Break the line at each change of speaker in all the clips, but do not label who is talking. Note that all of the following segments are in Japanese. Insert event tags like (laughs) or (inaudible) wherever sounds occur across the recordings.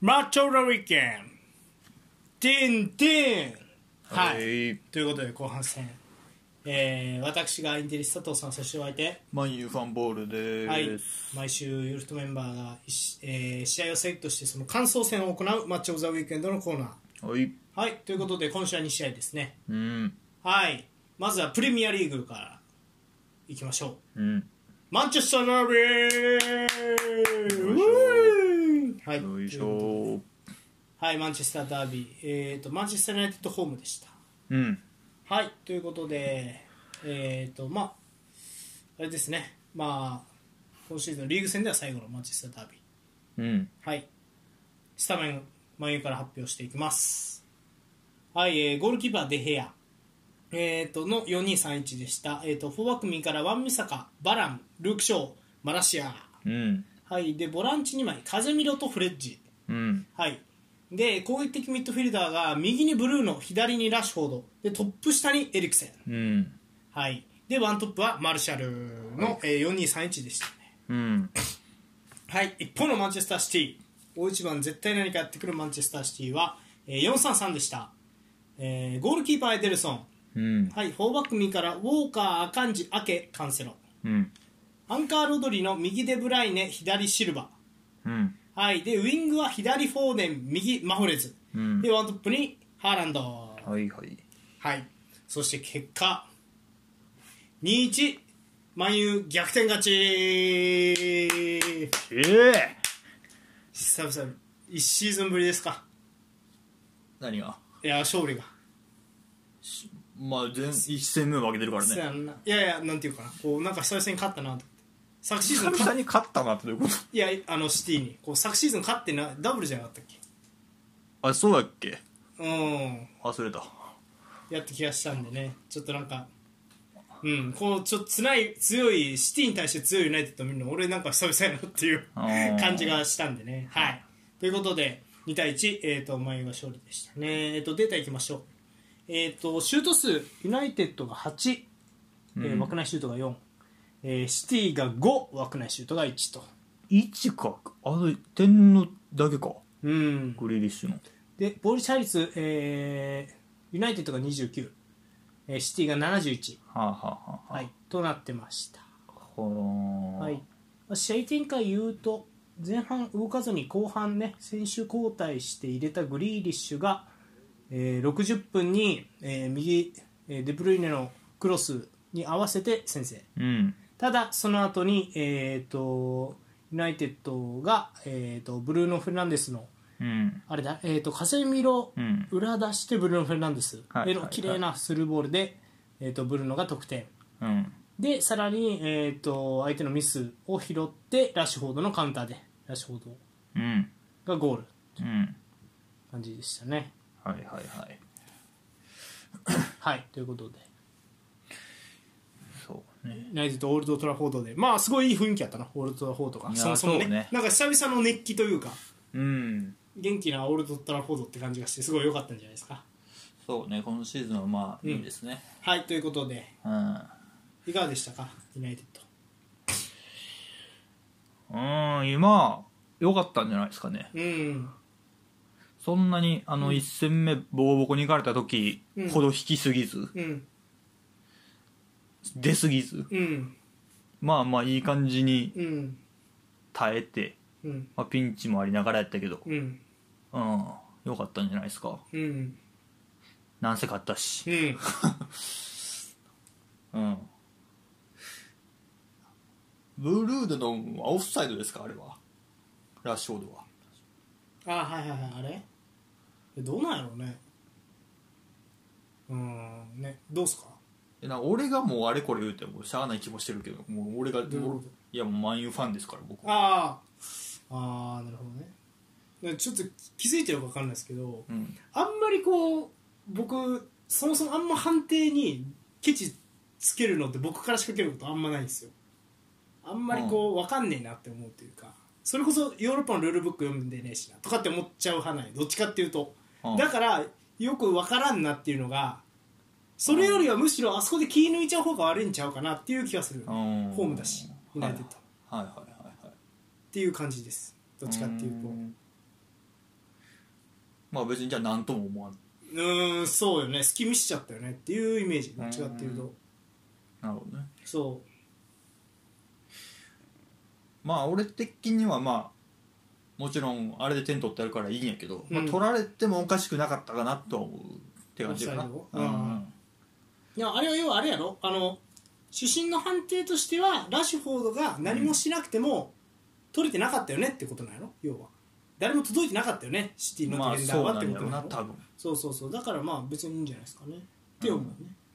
マッチョウラウィーケンディンディンはい、
い。
ということで後半戦、えー、私がインテリスト佐藤さんそしてお相手、
マンユーファンボールで
はい
す。、
毎週ユルトメンバーが、いしえー試合をセットしてその感想戦を行うマッチョ・オブ・ザ・ウィークエンドのコーナ
はい。
ーはいということで今週は2試合ですね
うん。
はいまずはプレミアリーグからいきましょう
うん。
マンチェスターダービー
よい
ウ
しょ
ーはい
よいしょ。
はい、マンチェスターダービー、えー、とマンチェスター・ユナイテッドホームでした
うん。
はい、ということで、えっ、と、まあ、あれですね、まあ、今シーズンリーグ戦では最後のマンチェスターダービ
うん。
ー。はい。スタメン、眉から発表していきます。はい、えーゴールキーパー、デヘア、えっ、と、の4231でした。えっ、と、フォーバック右からワン・ミサカ、バラン、ルーク・ショー、マラシア。
うん。
はい、で、ボランチ2枚、カゼミロとフレッジ。
うん。
はい、で攻撃的ミッドフィルダーが右にブルーノ左にラッシュフォードでトップ下にエリクセン、
うん。
はい、でワントップはマルシャルの、えー、4231でしたね、
うん。
はい、一方のマンチェスターシティ大一番絶対何かやってくるマンチェスターシティは、えー、433でした、えーゴールキーパーエデルソン、
うん。
はい、フォーバック右からウォーカーアカンジアケカンセロ
うん。
アンカーロドリの右デブライネ左シルバ
うん。
はい、でウイングは左フォーデン右マホレズ、
うん
でワントップにハーランド
はいはい。
はい、そして結果2-1万有逆転勝ち
ええ
久々1シーズンぶりですか
何が
いや勝利が、
まあ、全、一戦目負けてるから
そう
ね。
やんないやいやなんていうかなこうなんか久々に勝ったなと思って昨シーズン
久々
勝っ
に勝ったなってどういうこ
いやあのシティにこう昨シーズン勝ってなダブルじゃなかったっけ
とあ、そうだっけ
うん
忘れた。
やった気がしたんでねちょっとなんかうんこうちょっとつない強いシティに対して強いユナイテッドを見るの俺なんか久々やなっていう
あー
感じがしたんでねはいということで2対1、えー、と前が勝利でしたねえっ、とデータいきましょうえっ、とシュート数ユナイテッドが8、えー枠内シュートが4、えーシティが5枠内シュートが1と
1か。あの、点のだけか。
うん
グリーリッシュの。
でボール支配率、えーユナイテッドが29、えーシティが71、
はあ、はあはあ、
はい、となってました
はあ。
はい、まあ試合展開言うと前半動かずに後半ね選手交代して入れたグリーリッシュが、えー60分に、えー右、えーデブルイネのクロスに合わせて先制
うん。
ただその後に、えー、とユナイテッドが、えー、とブルーノ・フェルナンデスの
うん。
あれだ、えー、とカセミロ
うん
裏出してブルーノ・フェルナンデス
は
へ
いはいは
の
い
綺麗なスルーボールで、えー、とブルーノが得点。
うん。
でさらに、えー、と相手のミスを拾ってラッシュフォードのカウンターでラッシュフォー
うん。
ドがゴール
うん。
感じでしたね
はいはいはい。
はいということで
そうね。
ユナイテッドオールドトラフォードでまあすごいいい雰囲気やったなオールドトラフォードが
いや
そもそもね
そうね
なんか久々の熱気というか
うん。
元気なオールドトラフォードって感じがしてすごい良かったんじゃないですか
そうね、今シーズンはまあ、
ん
いいですね。
はいということで
うん。
いかがでしたかユナイテッド
うん、今、良かったんじゃないですかね。
うん
そんなに、あの、1戦目、ボコボコに行かれた時
うん
ほど引きすぎず、
うん
出すぎず、
うん
まあまあ、いい感じに
うん
耐えて、
うん
まあ、ピンチもありながらやったけど、
うん
うん、良かったんじゃないですか。
うん
なんせ勝ったし。
うん
うん。ブルーでのオフサイドですか、あれは。ラッシュフォードは。
あはいはいはいあれえどうなんやろうねうーんねどうすか
えな俺がもうあれこれ言うてもしゃあない気もしてるけどもう俺が
どういうこと
いやもうマンユーファンですから僕は
ああああなるほどねねちょっと気づいてるか分かんないですけど
うん
あんまりこう僕そもそもあんま判定にケチつけるのって僕から仕掛けることあんまないんですよあんまりこう分かんねえなって思うというかそれこそヨーロッパのルールブック読んでねえしなとかって思っちゃう派ないどっちかっていうと
うん
だからよく分からんなっていうのがそれよりはむしろあそこで気抜いちゃう方が悪いんちゃうかなっていう気がする
う
ホ
ん
ームだしユナイテッドっ
はいはいはいはい
ていう感じですどっちかっていうと
んまあ別にじゃあ何とも思わん
うーんそうよね隙見しちゃったよねっていうイメージどっちかっていう
う
と
なるほどね
そ
まあ俺的にはまあもちろんあれで点取ってあるからいいんやけど、まあ、
うん
取られてもおかしくなかったかなとは思うって感じかな、
オフサイ
う
ドうん
ん、
ういやあれは要はあれやろあの主審の判定としてはラッシュフォードが何もしなくても、取れてなかったよねってことなんやろ要は誰も届いてなかったよねシティのディ
まあ
フェンダー
そう
は
な
って
ん
こ
や
と
ろう
な
なん
やろ
多分
そうそうそうだからまあ別にいいんじゃないですかねって思うね、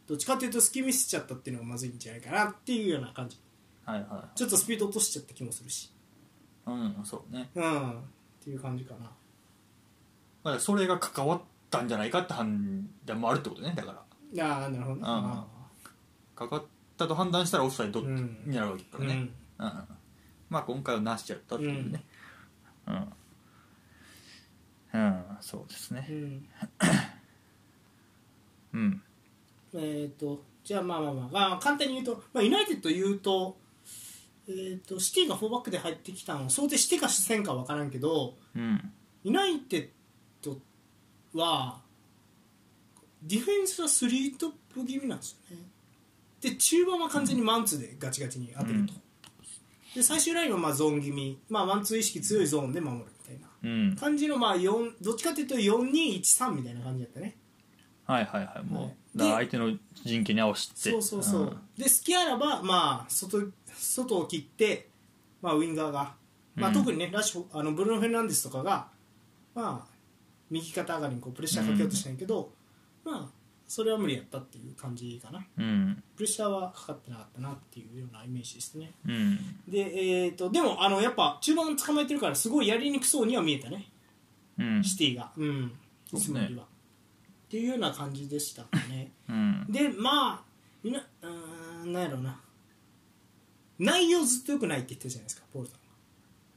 どっちかっていうと隙見しちゃったっていうのがまずいんじゃないかなっていうような感じ
はいは
ちょっとスピード落としちゃった気もするし
いうんそうね
うんっていう感じかな
まあそれが関わったんじゃないかって判断もあるってことねだから
ああなるほどね
ん
あ
かかったと判断したらオフサイド
う
に
ん
なるわけだ
あ
からね、うんうんまあ今回はなしちゃったっていうねうん、うんそうです
う
ね
んうん
うん
えー、とじゃあまあまあまあ、あー簡単に言うと、まあ、ユナイテッド言うと,、えー、とシティが4バックで入ってきたのを想定してかしてんか分からんけど
うん
ユナイテッドはディフェンスは3トップ気味なんですよねで中盤は完全にマンツーでガチガチに当てると、で最終ラインはまあゾーン気味、まあ、マンツー意識強いゾーンで守るみたいな
うん
感じのまあ4どっちかというと4213みたいな感じだったね
はいはいはいもう、
はい
だから
で
相手の陣形に合わせて
そうそうそう、で隙あらば、まあ、外外を切って、まあ、ウインガーが、まあ、
うん
特にね、ラッシュあのブルーノ・フェルナンデスとかが、まあ、右肩上がりにこうプレッシャーかけようとしたんやけど、まあ、それは無理やったっていう感じかな
うんうん、
プレッシャーはかかってなかったなっていうようなイメージですね
うん
で,、えー、とでもあのやっぱ中盤捕まえてるからすごいやりにくそうには見えたね
うん
シティがうんいつもよりは、っていうような感じでしたかね
うん
でまあみんなうーんなんやろうな内容ずっと良くないって言ってたじゃないですかポールさ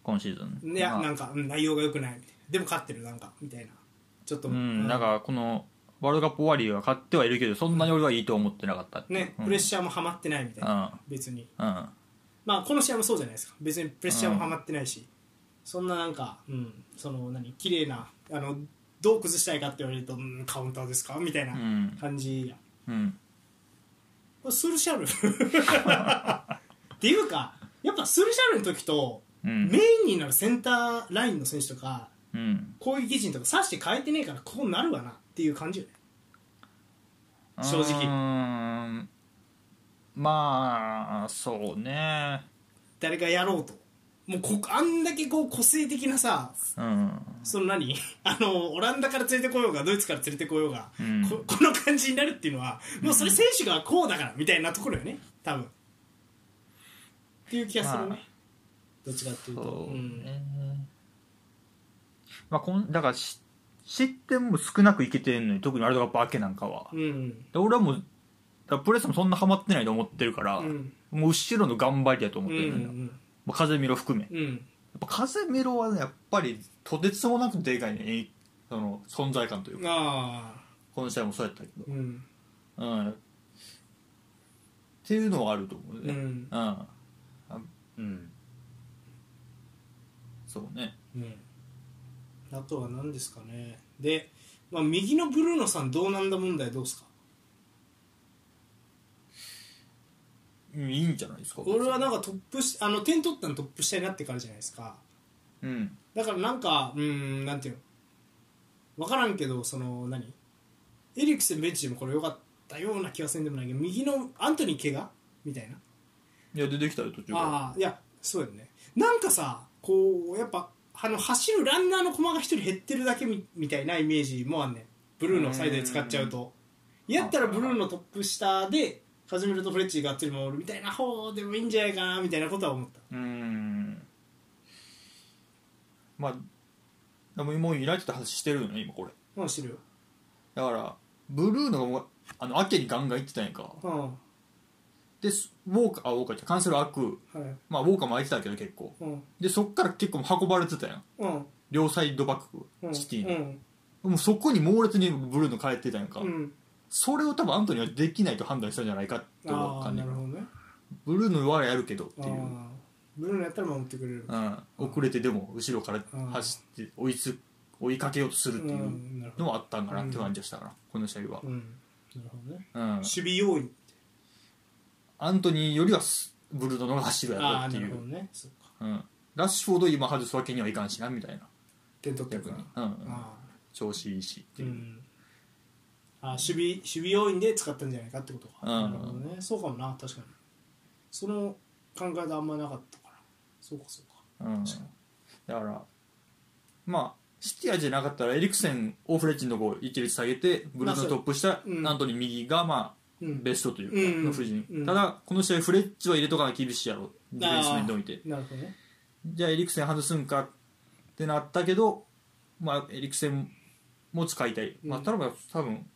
今シーズン
んいや、
まあ
なんかうん内容が良くないみたいなでも勝ってるなんかみたいなちょっと
うん、なんかこのワールドカップ終わりは勝ってはいるけどそんなに俺はいいと思ってなかったっていう
ね
うん、
プレッシャーもはまってないみたいな、別に
うんうん
まあこの試合もそうじゃないですか別にプレッシャーもはまってないし、そんななんか、うん、その何綺麗なあのどう崩したいかって言われると、うん、カウンターですかみたいな
うん
感じや、
うん
スルシャル (laughs) っていうかやっぱスルシャルの時と
うん
メインになるセンターラインの選手とか
うん
攻撃陣とかさして変えてねえからこうなるわなっていう感じよね正直
うーんまあそうね
誰がやろうともうこあんだけこう個性的なさ
うん
その何 (laughs) あのオランダから連れてこようがドイツから連れてこようが、
うん
こ (laughs) この感じになるっていうのはもうそれ選手がこうだからみたいなところよね多分っていう気がするね、
まあ
どっちかっていうと
そう
うん
ね、まあこんだからし失点も少なくいけてんのに特にワールドカップ明けなんかは
うん
で俺はもうだからプレスもそんなハマってないと思ってるから、
うん
もう後ろの頑張りだと思
う
ってるのよ、ま
ん
あ風見ろ含めや
うんうん
っぱ風見ろはねやっぱりとてつもなくでかいねえいその存在感というか
ああ
この試合もそうやったけど
うん
うんっていうのはあると思う
う
ね
ん
うんあうんそうね
うんあとは何ですかねで、まあ、右のブルーノさんどうなんだ問題どうですか
うんいいんじゃないですか
俺はなんかトップしあの点取ったのトップ下になってからじゃないですか
うん
だからなんかうーんなんていうの分からんけどその何エリクセンベンチでもこれ良かったような気がせんでもないけど右のアントニー怪我みたいない
や出てきたよ途中から
ああいやそうだよねなんかさこうやっぱあの走るランナーの駒が一人減ってるだけみみたいなイメージもあんねんブルーのサイドで使っちゃうとやったらブルーのトップ下でカズミルとフレッチがっつり守るみたいな方でもいいんじゃないかなみたいなことは思った
うーんまあでももうユナイテッドの話してるのね今これ
もう知るよ
だからブルーのがもうあの秋にガンガン行ってたんやんか
うんは
でスウォーカーあウォーカーってカンセル開く
い
まあウォーカーも開いてたけど結構
うん
でそっから結構運ばれてたやん
うん
両サイドバッ
う
ク
ん
シティ
う
に、
ん
もうそこに猛烈にブルーの帰ってたやんか、
うん
それを多分アントニーはできないと判断したんじゃないかって思
あ
っ
あ
たん
な
だ
るほどね
ブルーのはやるけどって
あ
いう、
あブルーのやったら守ってくれる
うん、遅れてでも後ろから走って追いつ追いかけようとするっていう
うんなるほど
のはあったんかなって感じがしたから、この試合は、
うんなるほどね
うん、
守備要員
アントニーよりはすブルドの方が走るやろ
あ
っ
あ
て
ないるほど
う、
ねそうか
うん、ラッシュフォードを今外すわけにはいかんしなみたいな
点取ってる
逆
か
に
ら、
うんうん
あ
調子いいしって
ーう
いう、
んあー守備守備要員で使ったんじゃないかってことか、
うん
なるほどねそうかもな確かにその考えがあんまなかったからそうかそうか
うんだからまあシティアじゃなかったらエリクセンオフレッチのとこ一列下げてブルーのトップした
うん
アントニー右がまあ
うん
ベストというか
うん
の布陣、
うん
ただこの試合フレッチは入れとかな厳しいやろディフェンス面でおいて
なるほどね
じゃあエリクセン外すんかってなったけど、まあ、エリクセンも使いたい、まあ、
うん
ただ多分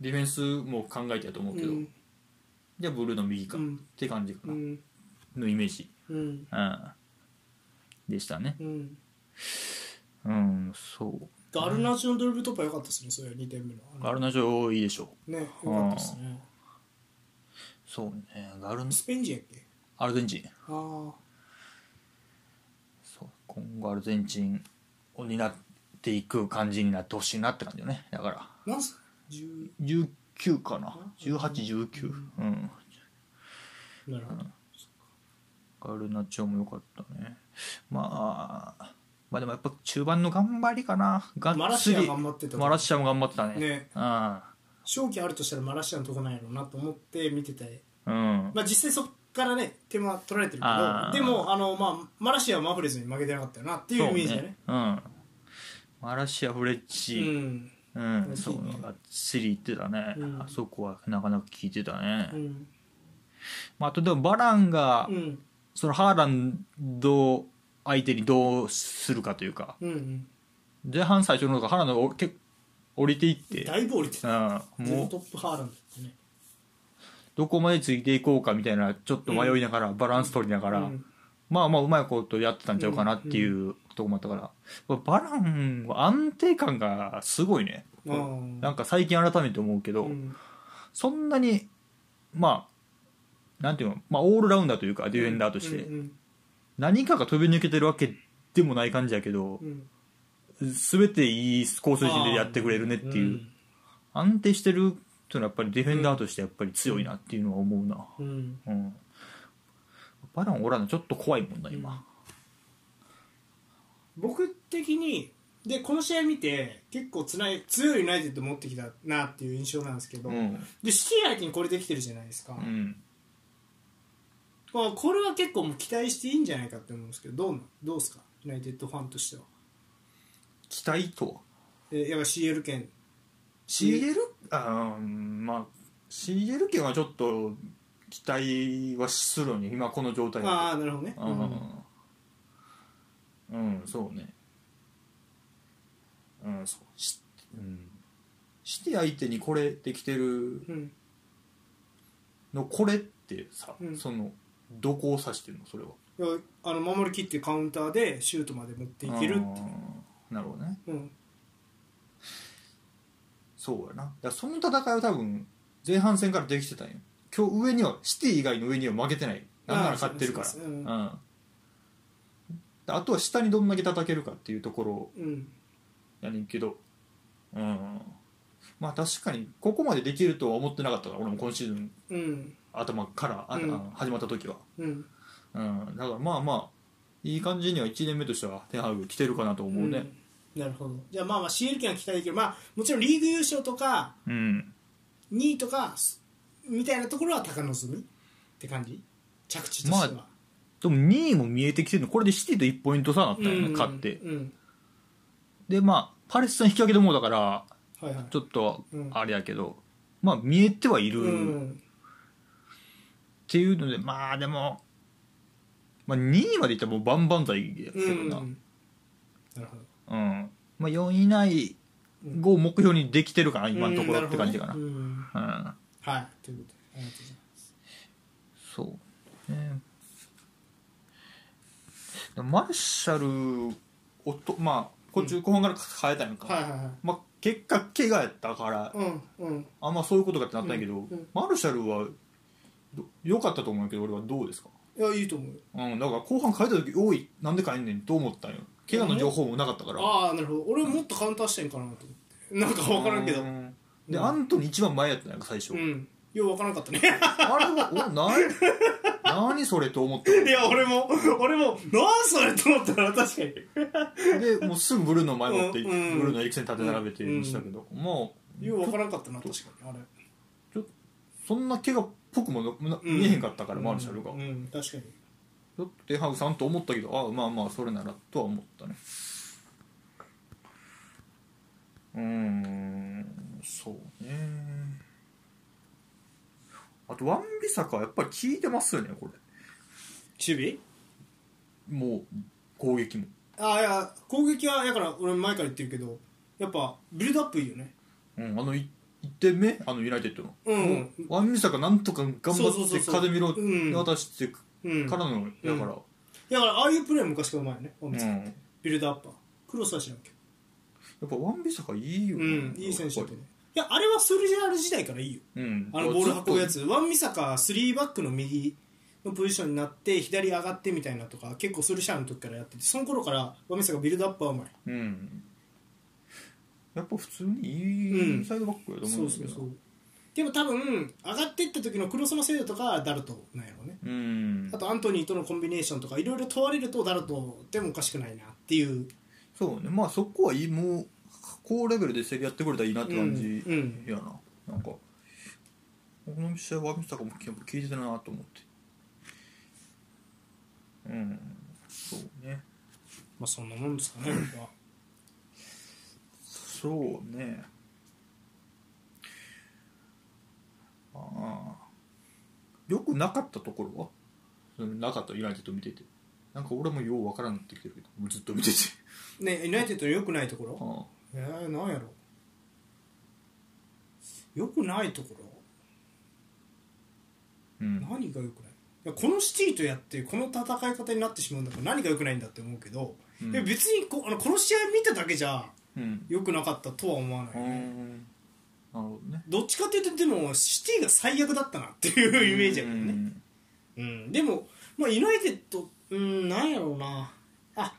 ディフェンスも考えてやと思うけど、
うん
じゃあブルーの右か、
うん
って感じか
う
な、
ん
のイメージ、
うん
うん、でしたね
うん
うんそう
ガルナチのドリブル突破良かったですねそれ2点目の
ガルナジョいいでしょ
ね良かったですね
うそうねガルナ
スペイン人やっけ
アルゼンチン
ああ
そう今後アルゼンチンを担っていく感じになってほしいなって感じよねだから
何歳10
19かな1819うん
なるほど
ガルナチョも良かったねまあまあでもやっぱ中盤の頑張りかなが
マ
っ
ラ
つ
シア
り
頑張ってた
マラシアも頑張ってたね
ね
うん
勝機あるとしたらマラシアのとこなんやろうなと思って見てて
うん
まあ実際そっからね点は取られてる
あー
けどでもあのまあマラシアはマフレズに負けてなかったよなっていうイメージだね
そううんマラシアフレッ
う
チ、
ん
うん
嬉しい
そう
ね
がっつり言ってたね、
うん
あそこはなかなか効いてたね、
うん
まあ、あとでもバランが、
うん
そのハーランドを相手にどうするかというか
うんうん
前半最初のとこハーランドがお結構降りていって、
大暴利って
うん、
ゼロ
も
ト
う
ップハーランドってね
どこまでついていこうかみたいなちょっと迷いながら、バランス取りながら、
うん
まあまあうまいことやってたんちゃうかなっていうとこもあったから、バランは安定感がすごいね、
あー
なんか最近改めて思うけど、
うん
そんなにまあなんていうの、まあ、オールラウンダーというかディフェンダーとして、
うん
何かが飛び抜けてるわけでもない感じやけど
うんう、ん
全ていい高水準でやってくれるねっていう、安定してるっていうのはやっぱりディフェンダーとしてやっぱり強いなっていうのは思うな、
うんうん
うん、バランおらんのちょっと怖いもんな今、
僕的にでこの試合見て結構つない強いユナイテッド持ってきたなっていう印象なんですけど、
うん
でシティ相手にこれできてるじゃないですか、
うん
まあ、これは結構もう期待していいんじゃないかって思うんですけどどうなどうですかユナイテッドファンとしては、
期待とは
えーやっぱ CL 圏
CL あーまあ CL 権はちょっと期待はするのに今この状態だと
ああなるほどね、うん
うん、そうね。うん、そう。し、うん。して相手にこれできてる
うん
の、これってさ、
うん
その、どこを指してるの、それは。
いやあの守りきってカウンターでシュートまで持っていけるって
うんなるほどね。
いう、うん、
そうやな。だからその戦いは多分、前半戦からできてたんよ。今日上には、シティ以外の上には負けてない。なんなら勝ってるから。
あーそううですそうですうん
ん。あとは下にどんだけ叩けるかっていうところを
うん
やねんけどうんまあ確かにここまでできるとは思ってなかったから俺も今シーズン
うん
頭から、あ
うん
あの始まった時は、
うん
うん、だからまあまあいい感じには1年目としてはテンハグ来てるかなと思うね
んなるほどじゃあまあまあ CL 権は期待できるまあもちろんリーグ優勝とか
うん、
2位とかすみたいなところは高望みって感じ着地としては、
までも2位も見えてきてるのこれでシティと1ポイント差だったよね、
うん
勝って
うん
でまあパレスさん引き分けでもうだから
はいはい
ちょっと
うん
あれやけど、まあ見えてはいる、
うん
っていうのでまあでも、まあ、2位までいったらもう万々歳やけど
うん
な、
なるほど
うんまあ、4位以内を目標にできてるかな、今のとこ
う
ろ
ん
って感じかな。
るほどねうん
うん
はいということでありがとうございます
そう、ね、でもマルシャルをと、まあ、こっち後半から変えたんやんか、
はいはいはい
まあ、結果、怪我やったから、
うんうん
あんまそういうことかってなったんやけど、
うんうん
マルシャルはど良かったと思うけど、俺はどうですか
いやいいと思うよ
うん、だから後半変えた時おいなんで変えんねんと思ったんよ怪我の情報もなかったから
ああなるほど俺もっとカウンターしてんかなと思ってなんか分からんけど
うんでアントニー一番前やったんやんか最初、
うんよう分からんかったね (laughs)
あれはおな何それと思った
いや俺も俺もなんそれと思ったら確かに
でもうすぐブルーの前持って、
うん
ブルーのエリクセン立て並べてにしたけど、もう
よう分からんかったな確かにあれ
そんな怪我っぽくもなな
うん
見えへんかったから、マルシャルが、
う
ち
ん確かに
ょっとデハウさんと思ったけどああまあまあそれならとは思ったねうーんそうねあとワンビサカはやっぱり効いてますよねこれ
守備
もう攻撃も
ああいや攻撃はだから俺前から言ってるけどやっぱビルドアップいいよね
うん、あのい1点目あのユナイテッドの、
うん
もワンミサがなんとか頑張
そうそうそう
って
そう
カデミロ
うん
渡してか
うん
らの、だから、
だからああいうプレーは昔からうまいよね、
うんやっ
ビルドアッパークロスはしなきゃ
ぱワンビサカいいよ
う
ね、
んいい選手
や
だと思う
っぱ
いやあれはソルジャール時代からいいよ
りうん、
あのボール運ぶやつワンミサカ3バックの右のポジションになって左上がってみたいなとか結構ソルシャールの時からやっててその頃からワンミサカビルドアップはうまい
うんやっぱ普通にいいサイドバックやと思
そううんそう
だけど
そ
な
うでも多分上がっていった時のクロスの精度とかダルトなんやろうね
うん
あとアントニーとのコンビネーションとかいろいろ問われるとダルトでもおかしくないなっていう
そうねまあそこはいいもう高レベルで競り合ってくれたらいいなって感じ
うんうん
やな、なんかこの試合は見てたかも聞いてたなと思ってうんそうね
まあそんなもんですかね僕は
そうねああよくなかったところはそのなかったユナイテッド見ててなんか俺もようわからんなってきてるけどずっと見てて
ねユナイテッドの良くないところ
ああ
えー、なんやろよくないところ
うん
何がよくないいやこのシティとやってこの戦い方になってしまうんだから何がよくないんだって思うけど、
うん
いや別にこあのこの試合見ただけじゃ
うん
よくなかったとは思わ
う
ない、
んなるほどね
どっちかというとでもシティが最悪だったなっていうイメージやけどね、うん、でも、まあ、ユナイテッド、うん、なんやろうな、あ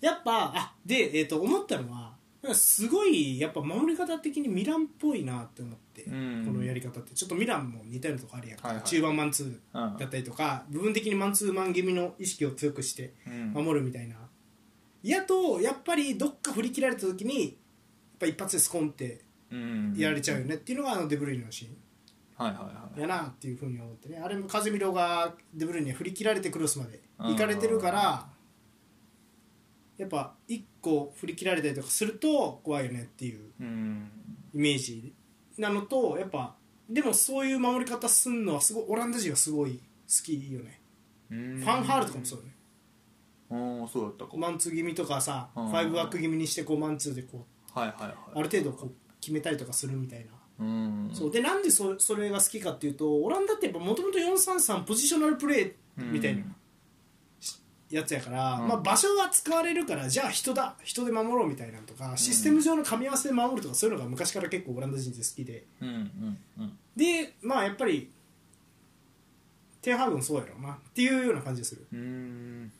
やっぱ、あで、えー、と思ったのは、なんかすごい、やっぱ守り方的にミランっぽいなって思って、
うん
このやり方って、ちょっとミランも似たようなとこあるやんか、
はいはい
中盤マンツ
うん
ーだったりとか、部分的にマンツーマン気味の意識を強くして
うん
守るみたいな。やと、やっぱりどっか振り切られた時に、やっぱ一発でスコンって
うん
やられちゃうよねっていうのが、あのデブルイネのシーン。
はいはいはい
やなっていうふうに思ってねあれもカゼミロがデブルイネ振り切られてクロスまで行かれてるからやっぱ1個振り切られたりとかすると怖いよねっていう
うん
イメージなのとやっぱでもそういう守り方すんのはすごいオランダ人はすごい好きよね
フ
ファンハールとかもそうよね
ああそうだったか
マンツー気味とかさフ
うん
ァイブバック気味にしてこうマンツーでこう
はいはい
あ
はい
る程度こう決めたりとかするみたいな
うん
そうでなんでそそれが好きかっていうとオランダってやっぱもともと433ポジショナルプレーみたいなやつやから、
うん
まあ、場所は使われるからじゃあ人だ人で守ろうみたいなのとかシステム上の噛み合わせで守るとかそういうのが昔から結構オランダ人って好きで
うんうんうん
でまあやっぱりテンハーグもそうやろうなっていうような感じがする
うんうん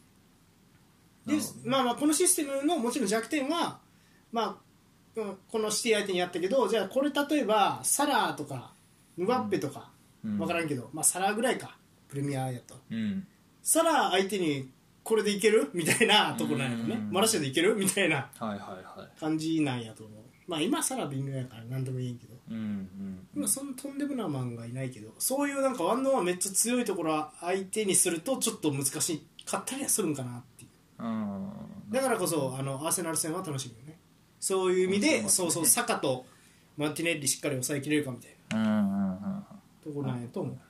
で
なるほどね
まあまあこのシステムのもちろん弱点はまあうんこのシティ相手にやったけどじゃあこれ例えばサラーとかムバッペとか、
うん
分からんけど、まあ、サラーぐらいかプレミアやと
うん
サラー相手にこれでいけるみたいなとこなんやろね
うん
マラシアでいけるみたいな
はいはいは
感じなんやと思うまあ今サラ微妙やから何でもいいけど
いうんうん
今そんなとんでもないマンがいないけどそういうなんかワンノンはめっちゃ強いところは相手にするとちょっと難しかったりはするんかなっていう
うん
だからこそあのアーセナル戦は楽しみよねそういう意味で、
うん
そうそうサカとマンティネッリしっかり抑えきれるかみたいな
うんうんうん
ところなんやと思う、ね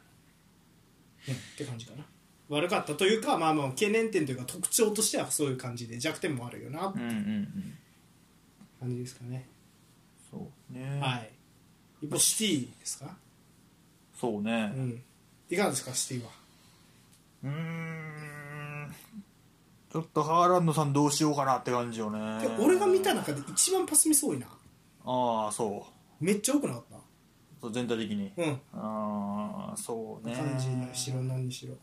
って感じかな悪かったというかまあまあ懸念点というか特徴としてはそういう感じで弱点もあるよなって
うんうんうん
感じですかね、
そうね
はい一方シティですか
そうね
うんいかがですかシティは
うーんちょっとハーランドさんどうしようかなって感じよね
で俺が見た中で一番パスミス多いな
ああそ
めっちゃ多くなかっ
うそう全体的に
たうん
ああそうね
感じにしろ何にしろ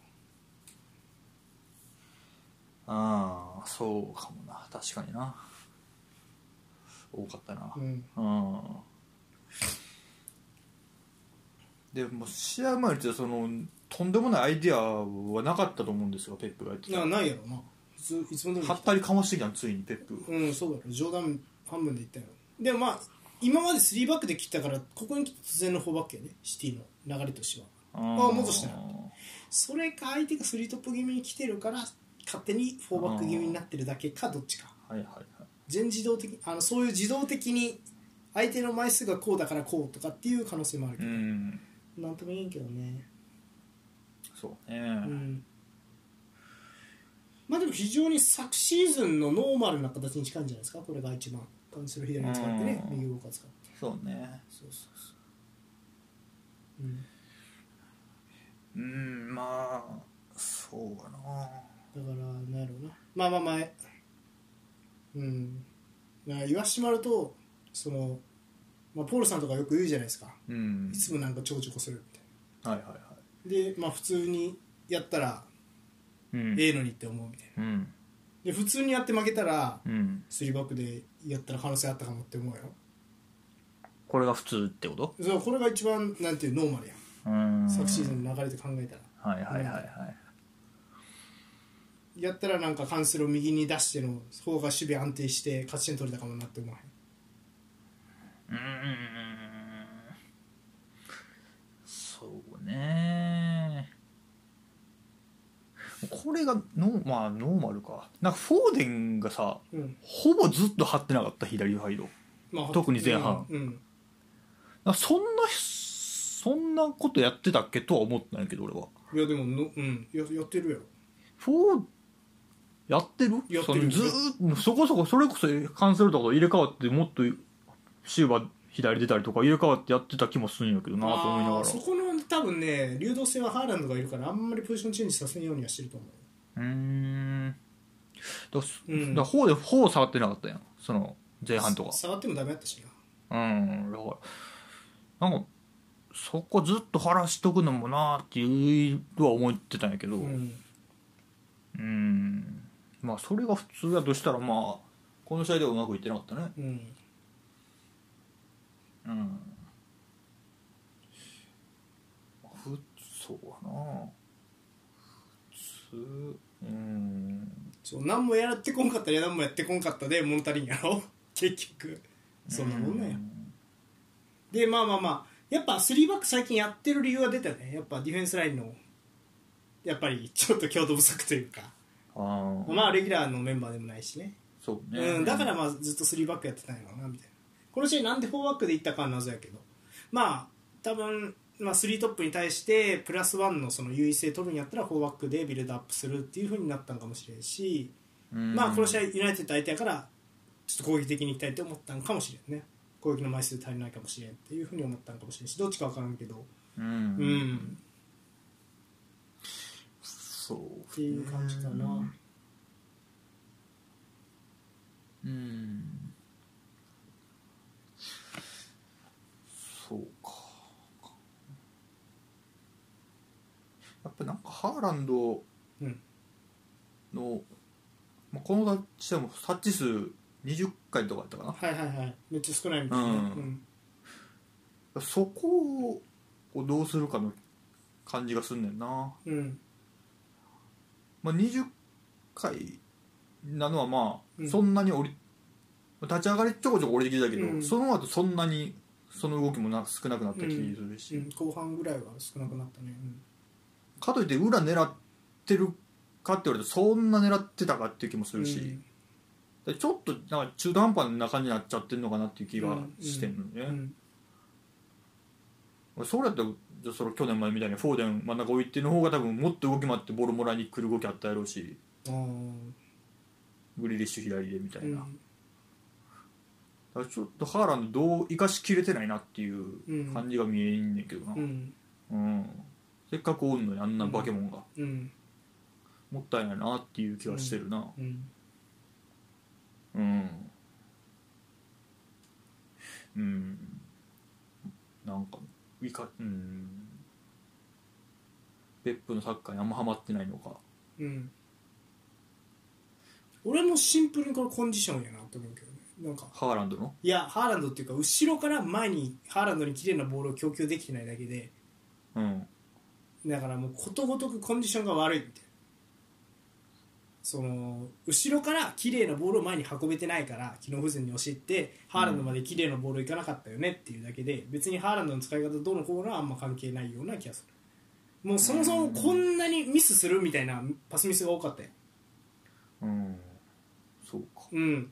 ああそうかもな確かにな多かったな
うん
うんでも試合前に言ってたそのとんでもないアイディアはなかったと思うんですよペップが言って
な
た
ないやろな普通いつも通り
はったりかましてきたのついにペップ
うんそうだろ冗談半分で言ったよでもまあ今まで3バックで切ったからここに来て突然の4バックやねシティの流れとしては
あ
あ戻したそれか相手が3トップ気味に来てるから勝手に4バック気味になってるだけかどっちか
はいはいはい
全自動的あのそういう自動的に相手の枚数がこうだからこうとかっていう可能性もある
う
けど、
ん
なんとも言えんけどね
そうね、
うんまあでも非常に昨シーズンのノーマルな形に近いんじゃないですかこれが一番カンセル左に使ってね
うん
右動か使って
そうね
そうそうそううん
うんまあそうかな
だからなんやろうなまあまあまあうんだから言わしてもらうとその、まあ、ポールさんとかよく言うじゃないですか
うん
いつもなんかちょこちょこするみ
はいはいはい
たいなでまあ普通にやったら
うん
ええのにって思うみたいな
うん
で普通にやって負けたら
うん
3バックでやったら可能性あったかもって思うよ
これが普通ってこと
そうこれが一番なんていうノーマルやん
うん
昨シーズンの流れで考えたら
はいはいはいはい
やったらなんかカンセルを右に出しての方が守備安定して勝ち点取れたかもなって思わへん
うーんそうねこれがノー,、まあ、ノーマルかなんかフォーデンがさ
うん
ほぼずっと張ってなかった左サイド
まあ
特に前半
うんうん
なんかそんなそんなことやってたっけとは思ってないけど俺はい
やでもの、うん、ややってるよ
フォーやってる
やってる
そのずーっとそこそこそれこそ関するとこ入れ替わってもっとシューバー左出たりとか入れ替わってやってた気もするんやけどなと思いなが
あー
ら
そこの多分ね流動性はハーランドがいるからあんまりポジションチェンジさせんようにはしてると思う
うーんだす
うん
だから方で方下がってなかったやんその前半とか
触ってもダメだったしな
うんだからなんかそこずっと晴らしとくのもなーっていうとは思ってたんやけどう
うんん
まあそれが普通やとしたらまあこの試合ではうまくいってなかったね
うん
うんまあふそうかな普通うん
そう何もやってこんかったら何もやってこんかったで物足りんやろ (laughs) 結局そんなもんなんやでまあまあまあやっぱ3バック最近やってる理由は出たねやっぱディフェンスラインのやっぱりちょっと強度不足というか、
ああ
まあレギュラーのメンバーでもないしね、
そうね、
うん、だからまあずっと3バックやってたんやろうなみたいなこの試合なんで4バックでいったかは謎やけどまあ多分、まあ、3トップに対してプラスワンのその優位性取るんやったら4バックでビルドアップするっていうふうになったんかもしれんし、
うん
まあこの試合ユナイテッド相手やからちょっと攻撃的にいきたいと思ったんかもしれんね攻撃の枚数足りないかもしれんっていうふうに思ったんかもしれんしどっちか分からんけど
う
うんん
そう
っていう感じかな
うんそうかやっぱなんかハーランド
うん
の、まあ、この試合もタッチ数20回とかやったか
はいはいはいめっちゃ少ないみたいな、
うん
うん
なそこをどうするかの感じがすんねんな、
うん
まあ、20回なのはまあ、
うん
そんなに降り立ち上がりちょこちょこ降りてきてたけど、
うん
その後そんなにその動きもな少なくなった気するし、
うん後半ぐらいは少なくなったね、
かといって裏狙ってるかって言われるとそんな狙ってたかっていう気もす
うん、
るし、でちょっとなんか中途半端な感じになっちゃってるのかなっていう気がしてんのね、
うん
それやったらじゃあその去年までみたいにフォーデン真ん中置いての方が多分もっと動き回ってボールもらいに来る動きあったやろうし
あー
グリリッシュ左でみたいな、
う
だ
ん
からちょっとハーランドどう生かしきれてないなっていう感じが見えんねんけどな、
う
うん
ん
せっかくおんのにあんな化け物が、
うん
もったいないなっていう気がしてるな、
うん
うんうんなんかいかうん別府のサッカーにあんまハマってないのか
うん俺もシンプルにこれコンディションやなって思うけどねなんか
ハーランドの
いやハーランドっていうか後ろから前にハーランドに綺麗なボールを供給できてないだけで
うん
だからもうことごとくコンディションが悪いみたいなその後ろから綺麗なボールを前に運べてないから機能不全に陥ってハーランドまで綺麗なボールいかなかったよねっていうだけで別にハーランドの使い方どうのこうのはあんま関係ないような気がするもうそもそもこんなにミスするみたいなパスミスが多かったよ
うんそうか
うん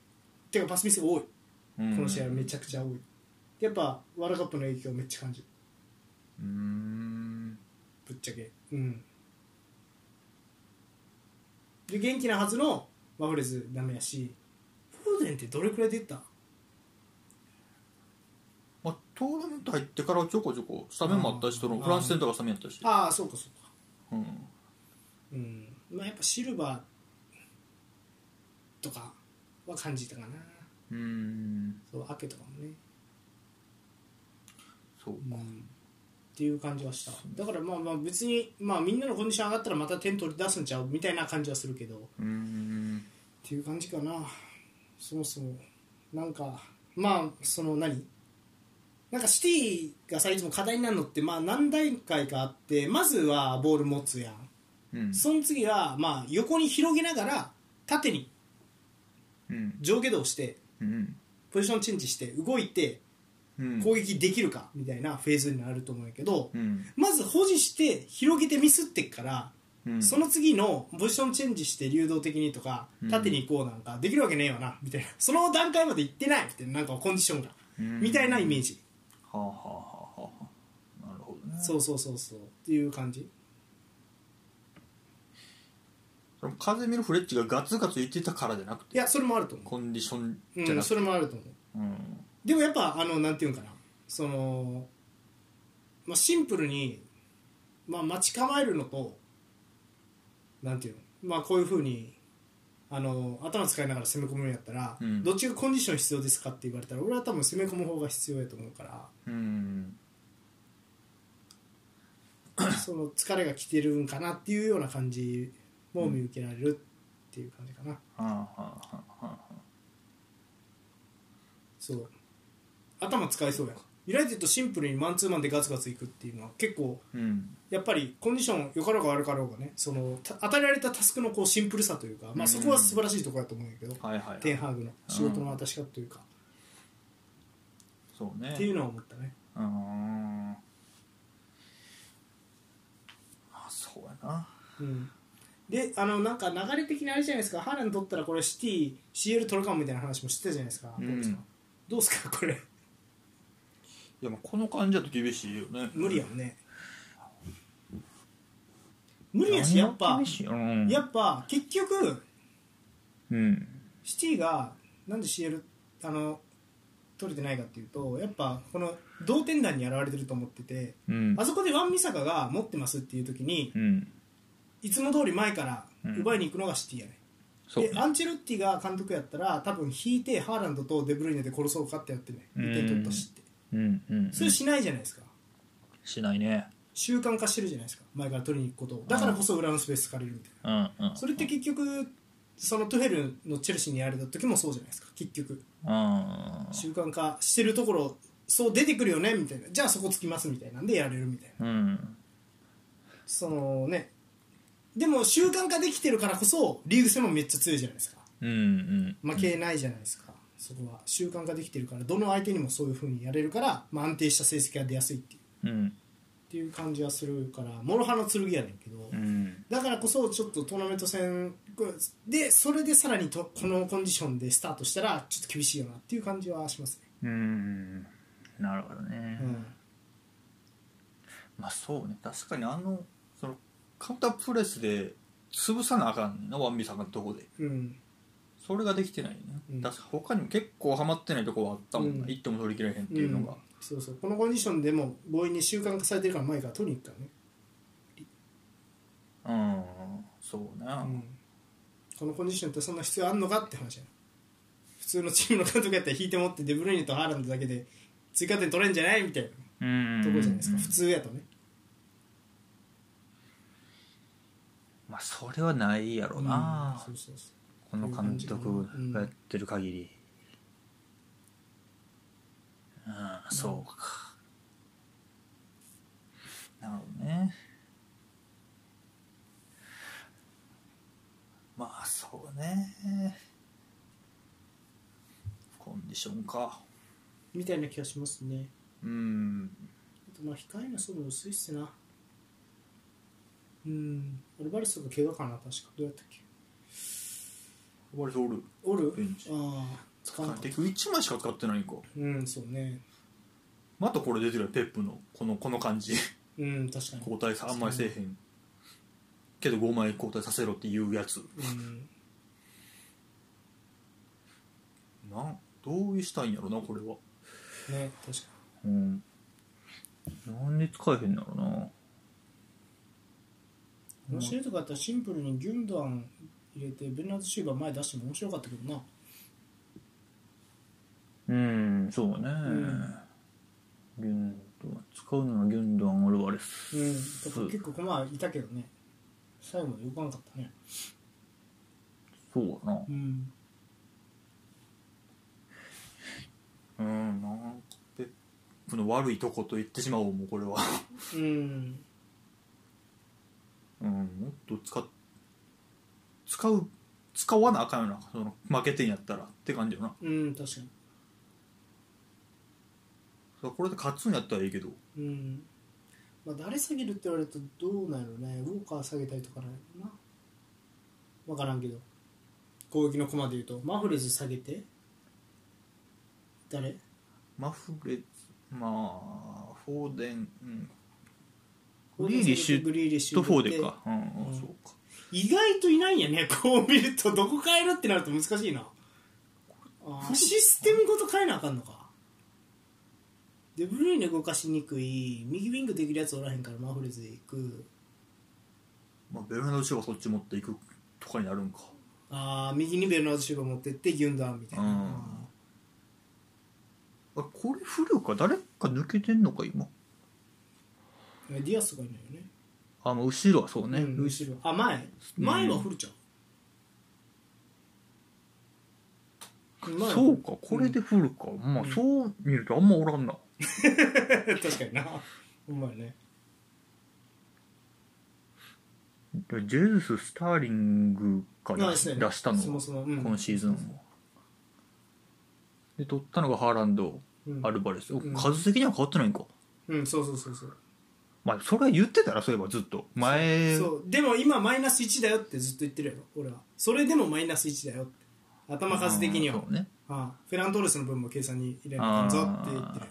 てかパスミスが多い
こ
この試合はめ
ゃ
ちゃくちゃ多いやっぱワールドカップの影響めっちゃ感じる
うーん
ぶっちゃけうんで元気なはずのマフレズダメやしフォーデンってどれくらい出た
まあトーナメント入ってからちょこちょこスタメンもあったしその
うん
フランス戦とかスタメンやったし
ああそうかそうか
うん
うんまあやっぱシルバーとかは感じたかな
うーん
そうアケとかもね、
そうか
っていう感じはしただからまあまあ別にまあみんなのコンディション上がったらまた点取り出すんちゃうみたいな感じはするけど
うーん
っていう感じかなそもそもなんかまあその何なんかシティがさいつも課題になるのってまあ何段階かあってまずはボール持つやん
うん
その次はまあ横に広げながら縦に
うん
上下動して
うん
ポジションチェンジして動いて
うん
攻撃できるかみたいなフェーズになると思うんやけど
うん
まず保持して広げてミスってっから
うん
その次のポジションチェンジして流動的にとか
うん
縦に行こうなんかできるわけねえよなみたいなその段階まで行ってないみたいななんかコンディションが
うん
みたいなイメージ
はあはあはあはあなるほどね
そうそうそうそうっていう感じ
そのカゼミのフレッチがガツガツ言ってたからじゃなくて
いやそれもあると思
コンディション
う、
じゃ
う、
なんくて
それもあると思う
うん
でもやっぱあのなんていうんかなその、まあ、シンプルに、まあ、待ち構えるのとなんていうの、まあ、こういうふうにあの頭使いながら攻め込むんやったら、
うん
どっちがコンディション必要ですかって言われたら俺は多分攻め込む方が必要やと思うから。
うん
(clears throat) その疲れが来てるんかなっていうような感じも見受けられるっていう感じかな、
はあはあはあはあ
そう頭使いそうやユナイテッドシンプルにマンツーマンでガツガツいくっていうのは結構
うん
やっぱりコンディション良かろうが悪かろうがねそのた与えられたタスクのこうシンプルさというか、まあ、そこは素晴らしいところだと思うんやけど、
はいはい
テン
はい
ハーグの仕事の渡し方というか、
そうね
っていうのは思ったね
うーんあそうやな
うんであのなんか流れ的にあれじゃないですかハーランド取ったらこれシティ CL 取るかもみたいな話もしてたじゃないですか、
うん
どうですかどうですかこれ
いやまあこの感じだと厳しいよね
無理やもんね無理やしやっぱ
厳しいうん
やっぱ結局
うん
シティがなんで CL あの取れてないかっていうとやっぱこの同点弾に現れてると思ってて
うん
あそこでワンミサカが持ってますっていう時に
うん
いつも通り前から
うん
奪いに行くのがシティやね、
そう
でアンチェロッティが監督やったら多分引いてハーランドとデブルイネで殺そうかってやってね
うん
2点取ったしって
うんうん
それしないじゃないですか
しないね
習慣化してるじゃないですか前から取りに行くことをだからこそ裏のスペース借りるみたいな
うんうん
それって結局そのトゥヘルのチェルシーにやられた時もそうじゃないですか結局
うん
習慣化してるところそう出てくるよねみたいなじゃあそこつきますみたいなんでやれるみたいな
うん
そのねでも習慣化できてるからこそリーグ戦もめっちゃ強いじゃないですか
うんうん
負けないじゃないですか、そこは習慣化できてるからどの相手にもそういうふうにやれるから、まあ、安定した成績が出やすいっていう
うん
っていう感じはするから諸刃の剣やねんけど、
うん
だからこそちょっとトーナメント戦でそれでさらにとこのコンディションでスタートしたらちょっと厳しいよなっていう感じはしますね。
うんなるほどね
うん
まあそうね確かにあのそのカウンタープレスで潰さなあかんねんなワンビさんがどこで
うん
それができてないね、
うん
確か他にも結構ハマってないとこはあったもんな、
うん
一手も取りきれへんって
う
いうの
ん
が、
そうそうこのコンディションでも強引に習慣化されてるから前から取りに行くか
うん、そうな、
らね、うん、このコンディションってそんな必要あんのかって話やな普通のチームの監督やったら引いて持ってデブルイネとハーランドだけで追加点取れんじゃないみたいな
うん
とこじゃないですか、普通やとね
まあそれはないやろな、
そうそうそう
この監督がやってる限りうん、そうかなるほどねまあそうねコンディションか
みたいな気がしますね
うん
あとまあ控えの層も薄いっすなうんアルバレスとか怪我かな確かどうやったっけ
割とおる
おる
ベンチ
ああ使わなかった
結局1枚しか使ってないんか
うんそうね
またこれ出てるよペップのこのこの感じ
うん確かに
交代さあんまりせえへんけど5枚交代させろっていうやつ
うん
なんどうしたいんやろなこれは
ね確か
うんなんで使えへんだろうな
に面白いとかあったらシンプルにギュンドアン入れてベルナード・シューバー前出しても面白かったけどな
うんそうね、
ん
ギュンドアン使うのはギュンドアンオルワレス
うんだから結構まあいたけどね最後まで動かなかったね
そうだな
うん
うんなんペップの悪いとこと言ってしまおうもうこれは
うん
うんもっと使っ使う使わなあかんよなその負けてんやったらって感じよな
うん確かに
そうこれで勝つんやったらいいけど
うんまあ誰下げるって言われるとどうなるねウォーカー下げたりとかなのかな分からんけど攻撃の駒で言うとマフレーズ下げて誰
マフレまあフォーデン、うん、
グ
グリーリッシュ
グリーリッシュ
とフォー
入れ
デン
て
か、うん
うん
そうか
意外といないんやねこう見るとどこ変えるってなると難しいなあーシステムごと変えなあかんのかデブルイネ動かしにくい右ウィングできるやつおらへんからマフレーズで行く
まあ、ベルナルド・シューバそっち持っていくとかになるんか
あー右にベルナード・シューバー持ってってギュンダーンみたいな、
うん
あー
あこれフルか誰か抜けてんのか今
ディアスとかいないよね
あもう後ろはそうね、
うん、
後
後ろあ前前はフルちゃん、前はフ
そ
ル
うかこれでフルか、まあそう見るとあんまおらんな
(laughs) 確かになほんまやね
ジェズス・スターリングから
あ
出
そうやね
したの
そもそも、うん、
このシーズンもで取ったのがハーランド、
うん
アルバレス、お
ん
数的には変わってないんか
うんそうそうそうそう
まあそれは言ってたらそういえばずっと前
そうでも今マイナス1だよってずっと言ってるやろ俺はそれでもマイナス1だよって頭数的には
うんそうね
ああフェラントーレスの分も計算に入れなあかんぞって言ってる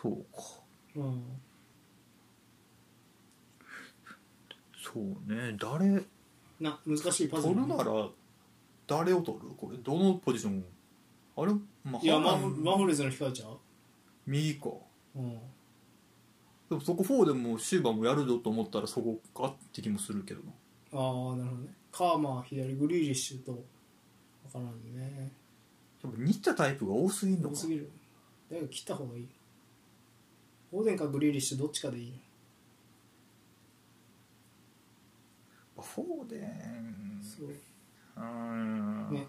そうか
やん、うん、
そうね誰
な難しいパズ
取
ル
るなら誰を取るこれどのポジションあれまあ
いやマ
ハー
フ
ラン
マフレーズの控えちゃう、
右か
うん、
でもそこ4でもシューバーもやるぞと思ったらそこかって気もするけどな
ああなるほどねカーマー左グリーリッシュと分からんね
多分似たタイプが多すぎんの
多
か
すぎるだけど切った方がいいオーデンかグリーリッシュどっちかでいいよ
フォーデン
そう
うーん、
ね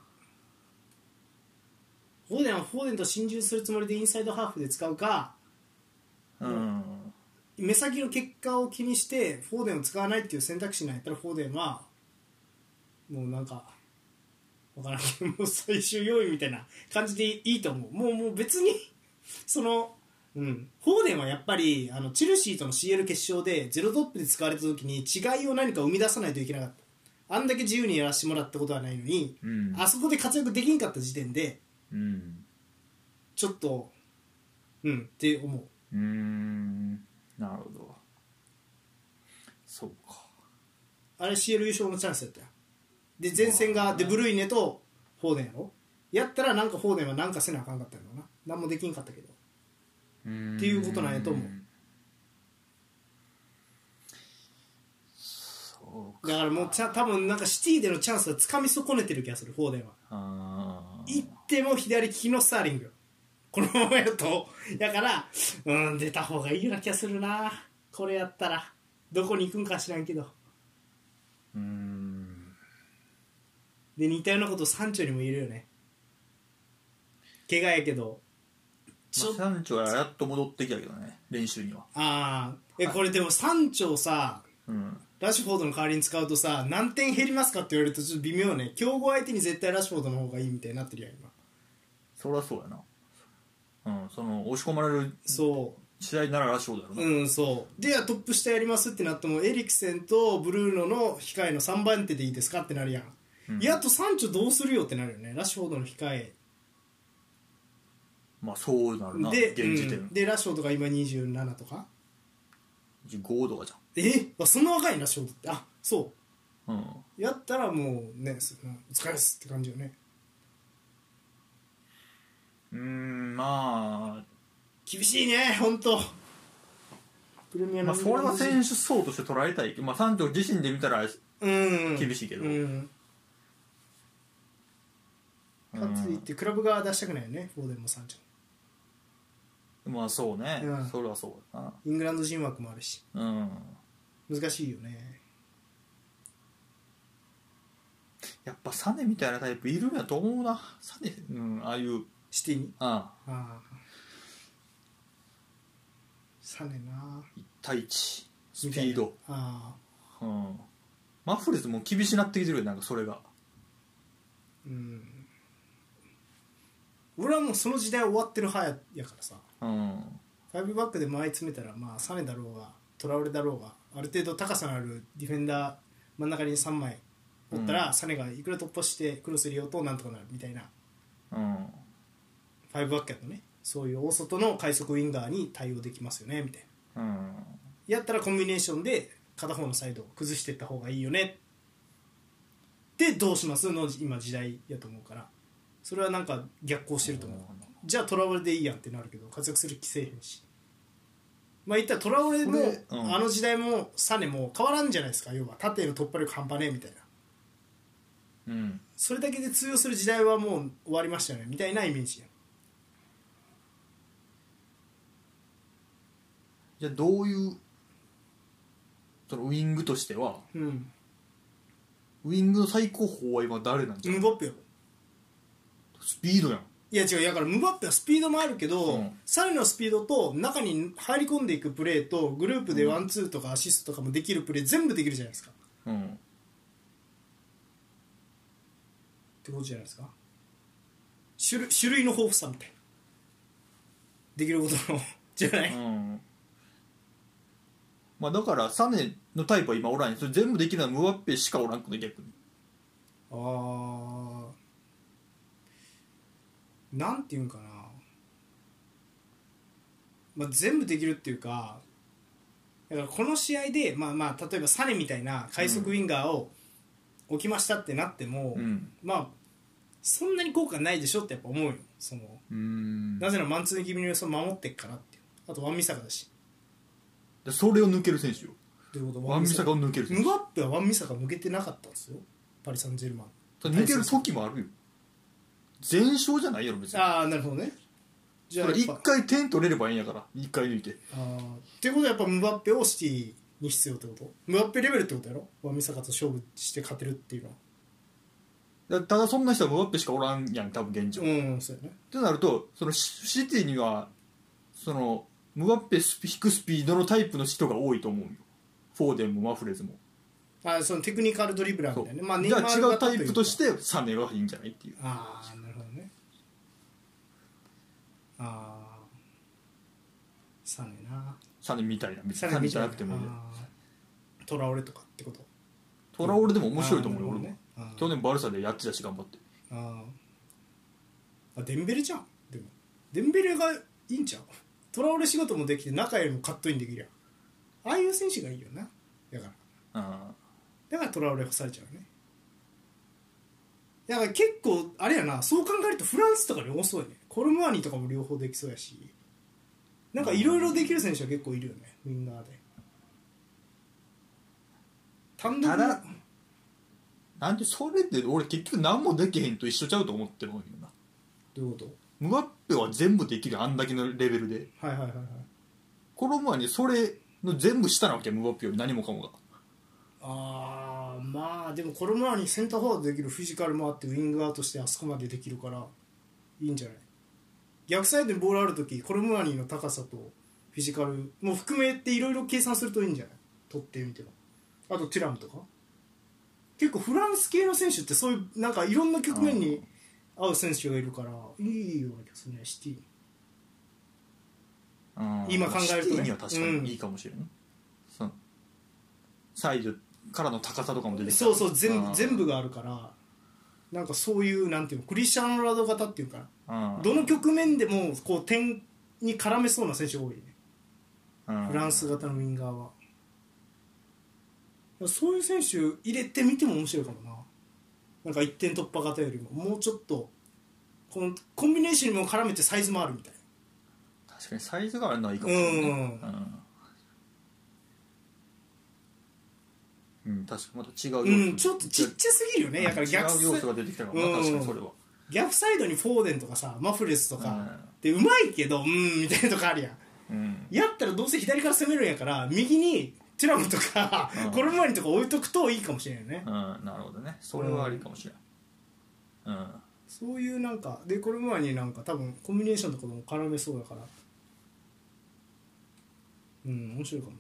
オーデンはフォーデンと心中するつもりでインサイドハーフで使うか
うん
目先の結果を気にしてフォーデンを使わないっていう選択肢になったらフォーデンはもうなんか分からんけどもう最終要因みたいな感じでいいと思うもうもう別にその、うん、フォーデンはやっぱりあのチェルシーとの CL 決勝でゼロトップで使われた時に違いを何か生み出さないといけなかったあんだけ自由にやらせてもらったことはないのに、
うん
あそこで活躍できんかった時点で
うん
ちょっとうんって思う
うーんなるほどそうか
あれ CL 優勝のチャンスやったやんで前線がデブルイネとフォーデンやろやったらなんかフォーデンはなんかせなあかんかったんやろな何もできんかったけど
って
いうことなんやと思う
そうか
だからもうちゃ多分なんかシティでのチャンスはつかみ損ねてる気がするフォーデンは
あー
行っても左利きのスターリングこのままやるとだからうん出た方がいいような気がするなこれやったらどこに行くんか知らんけど
うーん
で似たようなことサンチョにも言えるよね怪我やけどちょっと、
まあ、サンチョはやっと戻ってきたけどね練習には
ああえこれでもサンチョをさ
うん
ラッシュフォードの代わりに使うとさ何点減りますかって言われるとちょっと微妙ね強豪相手に絶対ラッシュフォードの方がいいみたいになってるやん今
そりゃそうやなうんその押し込まれる
そう
試合ならラッシュフォードやろな、
うん、そうでトップ下やりますってなってもエリクセンとブルーノの控えの3番手でいいですかってなるやん、
うん
いやあとサンチョどうするよってなるよねラッシュフォードの控え
まあそうなるな
で,、
現時
うん
点、
でラッシュフォードが今27とか
5とかじ
えあそんな若いんラッシュフォードってあそ
ゃんうん
うやったらもうねそのお疲れっすって感じよね
うーんま
厳しいね本当プレミ
あ、
ア
まあ、それは選
手
手層として捉えたい、まあ、サンチョ自身で見たら
うん
厳しいけど
うんかついってクラブ側は出したくないよねフォーデンもサンチョも
まあそうね、
うん
それはそうだ
イングランド人枠もあるし
なうん
難しいよね
やっぱサネみたいなタイプいるんやと思うなサネうんああいう
シティに
ああ
ああサネな
1対1ス
み
ピ
たいな
ード、
ああ
うん、マフレスも厳しなってきてるよなんかそれが
うん俺はもうその時代終わってる派ややからさ
うん
5バックで前詰めたらまあサネだろうがトラウレだろうがある程度高さのあるディフェンダー真ん中に3枚おったら、サネがいくら突破してクロス入れようとなんとかなるみたいな
うん
5バックやとねそういう大外の快速ウィンガーに対応できますよねみたいな
うん
やったらコンビネーションで片方のサイドを崩していった方がいいよねでどうしますの今時代やと思うからそれはなんか逆行してると思うじゃあトラオレでいいやんってなるけど活躍する気せえへんしまあ言ったらトラオレも
これうん
あの時代もサネも変わらんじゃないですか要は縦への突破力半端ねえみたいな
うん
それだけで通用する時代はもう終わりましたよねみたいなイメージや
じゃあどういうそのウイングとしては
うん
ウイングの最高峰は今誰なんじゃ、
ムバッペよ
スピードやん
いや違うだからムバッペはスピードもあるけど、
うん
サネのスピードと中に入り込んでいくプレーとグループでワンツーとかアシストとかもできるプレー全部できるじゃないですかっ
うん
てことじゃないですか種類種類の豊富さみたいなできることの (laughs) じゃない、
うんまあだからサネのタイプは今おらんよそれ全部できるのはムワッペしかおらんくね逆に
ああなんていうんかな、まあ、全部できるっていうかだからこの試合で、まあ、まあ例えばサネみたいな快速ウィンガーを置きましたってなっても、
うん
まあそんなに効果ないでしょってやっぱ思うよその
うん
なぜならマンツー気味の予想を守ってっからっていうあとワンミサカだし
でそれを抜ける選手よ
ということ
ワンミサカを抜ける選
ム
手
バッペはワンミサカ抜けてなかったんですよパリ・サンジェルマン
それ抜ける時もあるよ全勝じゃないやろ別に
ああなるほどねじゃ
そ
あ
れ
やっ
一
ぱ
回点取れればいいんやから一回抜いて
あーっていうことはやっぱムバッペをシティに必要ってことムバッペレベルってことやろワンミサカと勝負して勝てるっていうのは
だただそんな人はムワッペしかおらんやん多分現状、っ
うんそうやね
てなるとそのシシティにはそのムワッペスピ引くスピードのタイプの人が多いと思うよフォーデンもマフレーズも
あーそのテクニカルドリブラーみたいなね、まあ、ネイ
じ
マ
ゃ
ー
あ違
ル
う
型
タイプとして
いうか
てサネはいいんじゃないっていう
ああなるほどねああサネな
サネみたいな別
サ
に
ネ
サネ
み
じ
たい
ゃ
な
なくてもいいで
あートラオレとかってこと
トラオレでも面白いと思うよ
あー
俺
な
も
るほどねあー
去年バルサでやっちだし頑張って
あーあデンベレじゃんでもデンベレがいいんちゃうトラオレ仕事もできて仲よりもカットインできるやんああいう選手がいいよなだから
うん
だからトラオレ干されちゃうねだから結構あれやなそう考えるとフランスとかに多そうやねコルムアニとかも両方できそうやしなんかいろいろできる選手は結構いるよねウィンガーで単独
ただなんでそれで俺結局何もできへんと一緒ちゃうと思ってるんだけどな
どういうこ
ムガッペは全部できるあんだけのレベルで
とはいはいはいはい
コロムアにそれの全部したなわけムガッペより何もかもが
ああまあでもこれまでにセンターフォワードできるフィジカルもあってウイングアウトしてあそこまでできるからいいんじゃない逆サイドにボールある時コルムアニーの高さとフィジカルも含めていろいろ計算するといいんじゃない取ってみてもあとティラムとか結構フランス系の選手ってそういうなんかいろんな局面に合う選手がいるからいいような気がするねシティ
うん
今考えるとね
シティには確か
うん
にいいかもしれない、そのサイドからの高さとかも出てきた
そうそう全部全部
が
があるからなんかそういうなんていうのクリスチャン・ロナウド型っていうかど
の
の局面でもこう点に絡めそうな選手が多いねフ
フ
ランス型のウィンガーはそういう選手入れてみても面白いかもななんか1点突破型よりももうちょっとこのコンビネーションにも絡めてサイズもあるみたいな
確かにサイズがあるのはいいかもしれない、ね
う
うんうん確かにまた違う要素
うんちょっとちっちゃすぎるよねだから逆
違う要素が出てきたから、
うん
確かにそれは
逆サイドにフォーデンとかさマフレスとかでうまいけどうんみたいなとこあるやん
うん
やったらどうせ左から攻めるんやから右にテュラムとか
うん
コルマリとか置いとくといいかもしれないよね
うんなるほどねそれはありかもしれない、うん
そういうなんかでコルマリなんか多分コンビネーションとかでも絡めそうだからうん面白いかも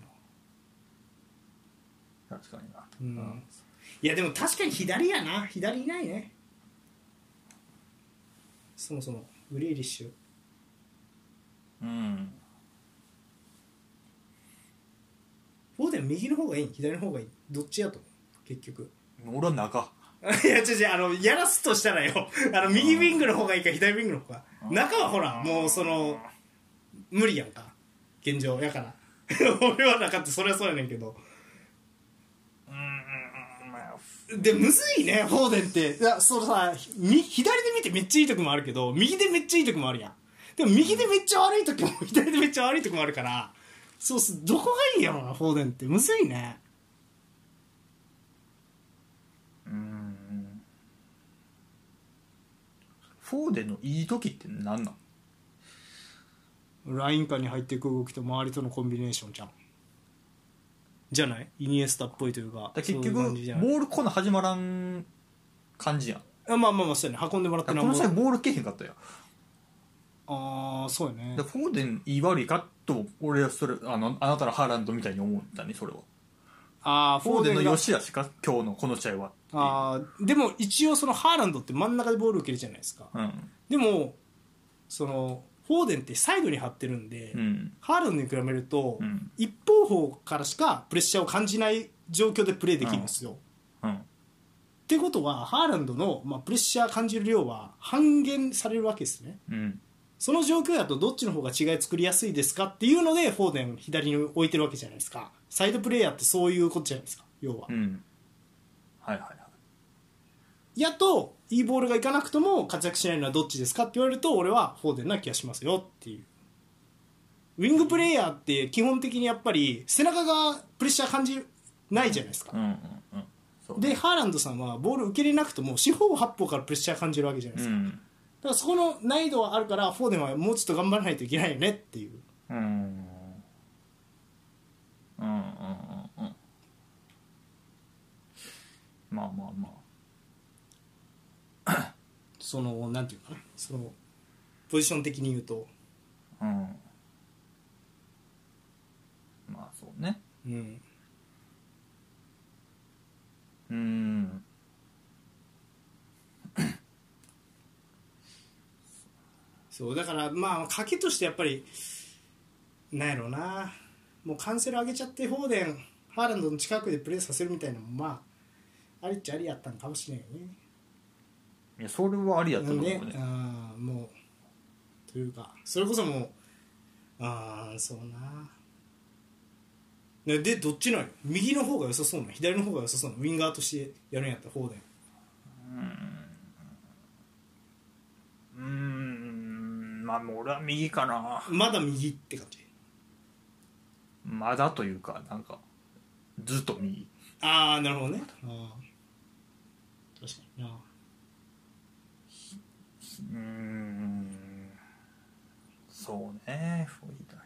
な
確かにな、
うんいやでも確かに左やな左いないねそもそもグリーリッシュ
うん
フォーデン右の方がいい左の方がいいどっちやと思う結局
俺は中
(laughs) いや違う違うあのやらすとしたらよあの右ウィングの方がいいか左ウィングの方が中はほらもうその無理やんか現状やから (laughs) 俺はなかってそれはそうやねんけど
うんうんうんまあ
でむずいねフォーデンっていやそのさみ左で見てめっちゃいい時もあるけど右でめっちゃいい時もあるやんでも右でめっちゃ悪い時も左でめっちゃ悪い時もあるからそうっすどこがいいんやろなフォーデンってむずいね
うんフォーデンのいい時って何なん
ライン間に入っていく動きと周りとのコンビネーションじゃんじゃないイニエスタっぽいというか
だから結
そういう
局ボ
感じじゃない
ールこんなん始まらん感じやん
あまあまあまあそうやね運んでもらっ
だ
て
から
なん
この
ぼ
際ボールけえへんかったやん
ああそうやね
でフォーデンいい悪いかと俺はそれあのあなたのハーランドみたいに思ったねそれは
ああ
フォーデン
が
の吉田しか今日のこの試合は
あーでも一応そのハーランドって真ん中でボール受けるじゃないですか
うん
でもそのフォーデンってサイドに張ってるんで、
うん
ハーランドに比べると、
うん
一方方からしかプレッシャーを感じない状況でプレーできるんですよ。
うん
ってことはハーランドの、まあ、プレッシャー感じる量は半減されるわけですね。
うん
その状況だとどっちの方が違い作りやすいですかっていうのでフォーデンを左に置いてるわけじゃないですか。サイドプレーヤーってそういうことじゃないですか要は
う。んはいはいはい
やといいボールがいかなくとも活躍しないのはどっちですかって言われると俺はフォーデンな気がしますよっていうウィングプレイヤーって基本的にやっぱり背中がプレッシャー感じないじゃないですか
うんうんうんそう
でハーランドさんはボール受けれなくとも四方八方からプレッシャー感じるわけじゃないうですか、
ん
だからそこの難易度はあるからフォーデンはもうちょっと頑張らないといけないよねっていう
うんうんうんうんうんまあまあまあ
そのなんていうかなそのポジション的に言うと
うんまあそうね
うん
うーん
そうだからまあ賭けとしてやっぱりなんやろうなもうカンセル上げちゃってフォーデンハーランドの近くでプレーさせるみたいなのもまあありっちゃありやったのかもしれないよね。
いやそれはありやと
な
思
ん
う
で、
ね
あーもうというかそれこそもうああそうな。ねでどっちなんよ右の方が良さそうな左の方が良さそうなウィンガーとしてやるんやったらフォーデン
うーんまあもう俺は右かな
まだ右って感じ
まだというかなんかずっと右
ああなるほどねあー確かにな
うーんそうねフォイダリ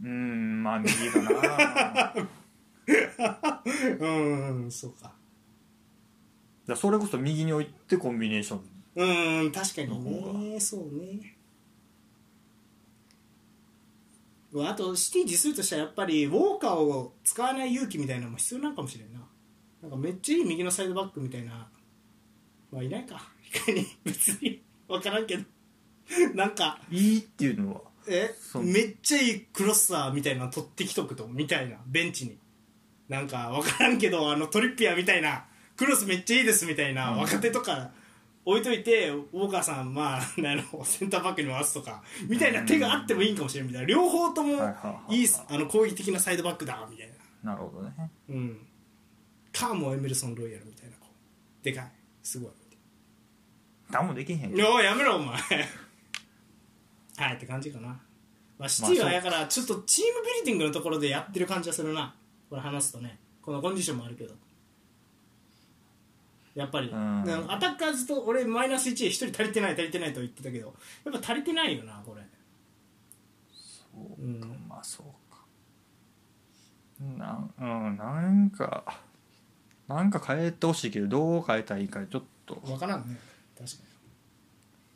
うーんまあ右かな
うんうんそうか
らそれこそ右に置いてコンビネーション
うんうん確かに
の方
ねそうねうわあとシティ自炊としてはやっぱりウォーカーを使わない勇気みたいなのも必要なんかもしれんななんかめっちゃいい右のサイドバックみたいなまあいないかいかに別に分からんけどなんか
いいっていうのは
え
そう
めっちゃいいクロッサーみたいなの取ってきとくとみたいなベンチになんか分からんけどあのトリッピアーみたいなクロスめっちゃいいですみたいな、
うん
若手とか置いといてウォーカーさんまあ (laughs) あのセンターバックに回すとかみたいな手があってもいいんかもしれんみたいな両方とも
はいはいはいはい
いいあの攻撃的なサイドバックだみたいな
なるほどね
うんカーもエメルソン・ロイヤルみたいな子でかいすごい
何もできへんけど
おいやめろお前はいって感じかな、まあ、シティは
まあ
だからちょっとチームビルディングのところでやってる感じはするなこれ話すとねこのコンディションもあるけどやっぱり、
うん
でもアタッカーズと俺マイナス1で1人足りてない足りてないと言ってたけどやっぱ足りてないよなこれ
そう
うん
か、まあそうかなん,、うん、なんかなんか変えてほしいけどどう変えたらいいかちょっと
分からんね確か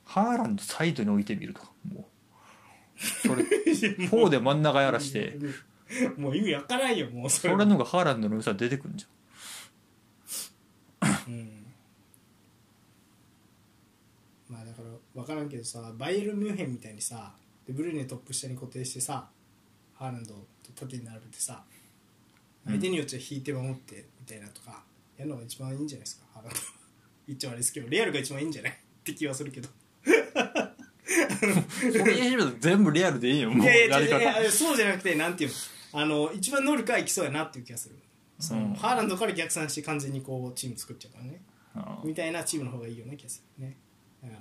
ハーランドサイドに置いてみるとかもうそれフォーで真ん中やらして
に (laughs) もう意味分からんよもうそ
そ
れ
れの方がハーランドの良さ出てくるんじ
うんまあだから分からんけどさバイエルンミュンヘンみたいにさでブルーネトップ下に固定してさハーランドと縦に並べてさ
うん
相手によっちゃ引いて守ってみたいなとかやるのが一番いいんじゃないですかハーランド (laughs) 言っちゃ悪いですけどレアルが一番いいんじゃないって気はするけど
ゃんそれ言い始めたら全部リアルでいいよもう
いやい
や
や
り
い
方
やいやいやそうじゃなくてなんていうのあの一番能力はいきそうやなっていう気がするその、
うん
ハーランドから逆算して完全にこうチーム作っちゃうからね
うん
みたいなチームの方がいいような気がするねだから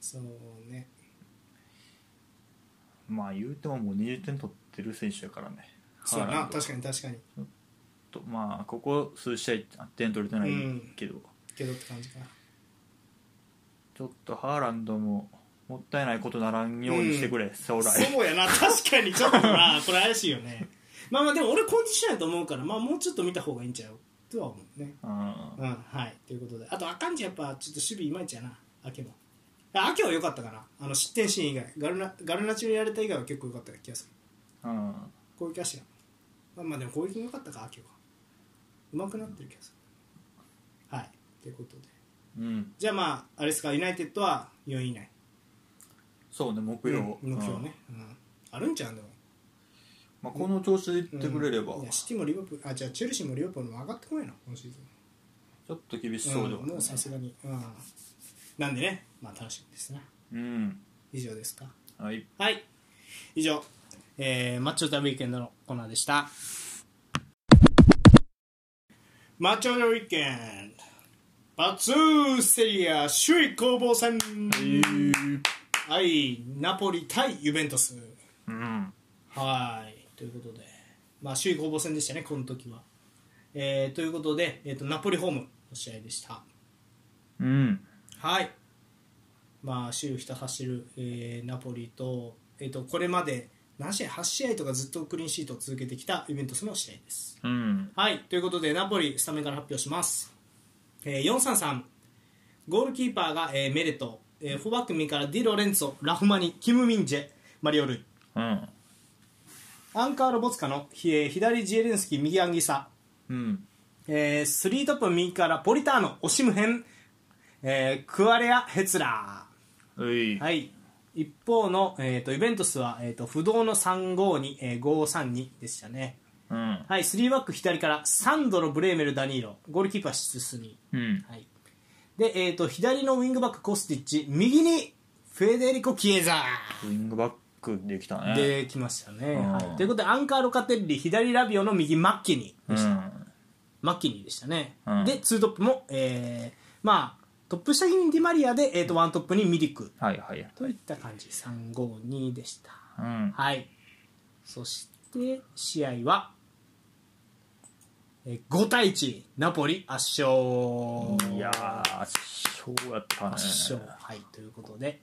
そうね
まあ言うてももう20点取ってる選手やからね
そうや
ハー
な
ランド
確かに確かに
とまあここ数試合点取れてないけど、
けどって感じかな
ちょっとハーランドももったいないことならんようにしてくれ、将来
そうやな確かにちょっとなこれ怪しいよねまあまあでも俺コンディションやと思うからまあもうちょっと見た方がいいんちゃうとは思うね
うん
うんはいということであとアカンジやっぱちょっと守備いまいちやなアケもあアケは良かったかなあの失点シーン以外ガルナガルナチュにやれた以外は結構良かった気がする
うん
攻撃はしらんまあまあでも攻撃も良かったか秋はうまくなってる気がするはいということで
うん
じゃあまああれですかユナイテッドは4位以内
そうね目標、
目標ね、うんあるんちゃうんでも
まあ、この調子でいっ
うん
てくれれば、
いや
ち
シティもリバプールあじゃあチェルシーもリバプールも上がってこないな今シーズン
ょっと厳しそうでは
んもうさすがに、うん、なんでねまあ楽しみですね
うん
以上ですか
はい
はい以上、えーマッチョ・ザ・ウィーケンドのコーナーでしたマッチョ・ザ・ウィーケンドバツーセリア首位攻防戦はいナポリ対ユベントス
うん
はいということで、まあ、首位攻防戦でしたねこの時は、えーということで、えー、とナポリホームの試合でした
うん
はい、まあ、首位をひた走る、えーナポリと,、えー、とこれまで何試合8試合とかずっとクリーンシートを続けてきたイベントスの試合です。
うん
はいということでナポリスタメンから発表します、えー、433ゴールキーパーが、えーメレト、えー、フォバック右からディ・ロレンツォラフマニキム・ミンジェマリオルイ
うん
アンカーロボツカの、ひえー左ジエレンスキー右アンギサ
うん
えー、スリートップ右からポリターノオシムヘン、えークアレア・ヘツラー
うい、
はい、一方の、えー、とイベントスは、えー、と不動の352、えー、532でしたね、
うん
はい、3バック左からサンドロ、ブレーメル、ダニーロゴールキーパー、シスニ
うん
ー、はいでえー、と左のウィングバック、コスティッチ右にフェデリコ・キエザ
ウィングバックできたね
ーできましたね、
うん
はい、ということでアンカー・ロカテッリ左ラビオの右マッキニ
う
でした、
ん
マッキニでしたね、
うん
で2トップも、えーまあ、トップ下にディマリアで、えー、と1トップにミリク
はいはい
といった感じ352でした
うん
はい。そして、試合は、えー5対1、ナポリ圧勝。
いやー圧勝やったね
圧勝。はい、ということで、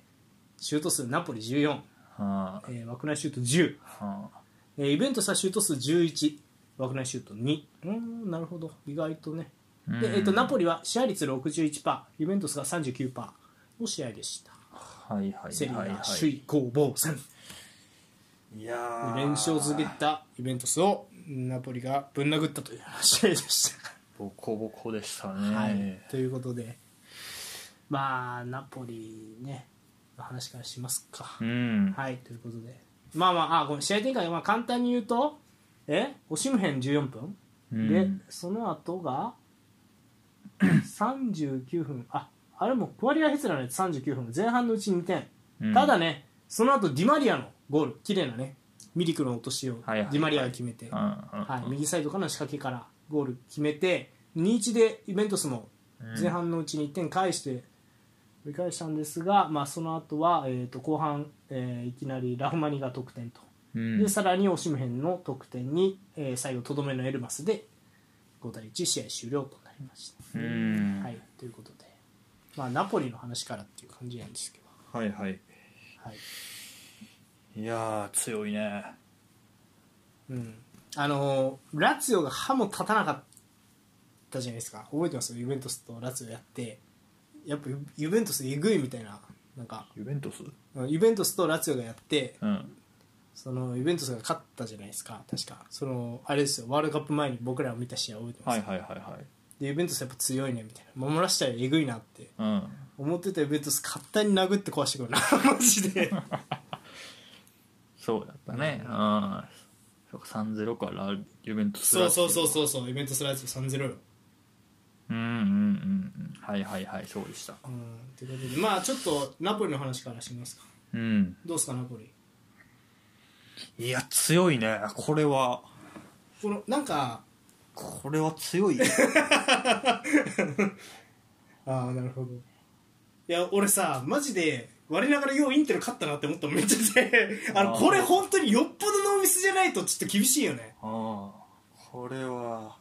シュート数ナポリ14、
はあ
えー枠内シュート10、
はあ
えーイベントしたシュート数11、枠内シュート2うーんなるほど意外とね
うん
で、えっとナポリは支配率61%ユベントスが39%の試合でした
はいはい
セリ
はい
ア
は
首位攻防戦
いいやー
連勝続けたユベントスをナポリがぶん殴ったという試合でした
ボコボコでしたね、
はい、ということで、まあ、ナポリね、の話からしますか。
うん、
はい、ということで、まあまあ、あごめん試合展開、まあ、簡単に言うと、えオシムヘン14分、
うん
で、その後が39分、ああれもクワリア・ヘツラのやつ39分、前半のうち2点、
うん
ただね、その後ディマリアのゴール、綺麗なね、ミリクルの落としをデ
はいはいはい
ィマリアが決めて。
うんうん
はい、右サイドからの仕掛けからゴール決めて2-1でイベントスも前半のうちに1点返して折り返したんですが、まあ、その後は、えー、と後半、えーいきなりラフマニが得点と、
うん
でさらにオシムヘンの得点に、えー最後とどめのエルマスで5対1試合終了となりました、
うん
はい、ということで、まあ、ナポリの話からっていう感じなんですけど、
はいはい
はい
いやー強いね
うん、あのーラツィオが歯も立たなかったじゃないですか覚えてますユベントスとラツィオやってやっぱユユベントスえぐいみたいななんか
ユベントス
うんユベントスとラツィオがやって
うん
そのユベントスが勝ったじゃないですか確かそのあれですよワールドカップ前に僕らを見た試合覚えてます、
はいはいはいはい
でユベントスやっぱ強いねみたいな守らせたらえぐいなって
うん
思ってたユベントス簡単に殴って壊してくるな (laughs) マジで
そうだったねうん、そうか3-0からユベントス
そうそうそう
う
そうそうユベントスラツィオ3-0よ
うんうんうんうんはいはいはいそうでした
うんということでまあちょっとナポリの話からしますか
うん
どうですかナポリ
いや強いねこれは
このなんか
これは強い
ああなるほどいや俺さマジで我ながらようインテル勝ったなって思ったのめっちゃで (laughs) あの
あー
これ本当によっぽどノーミスじゃないとちょっと厳しいよね
(laughs) あこれは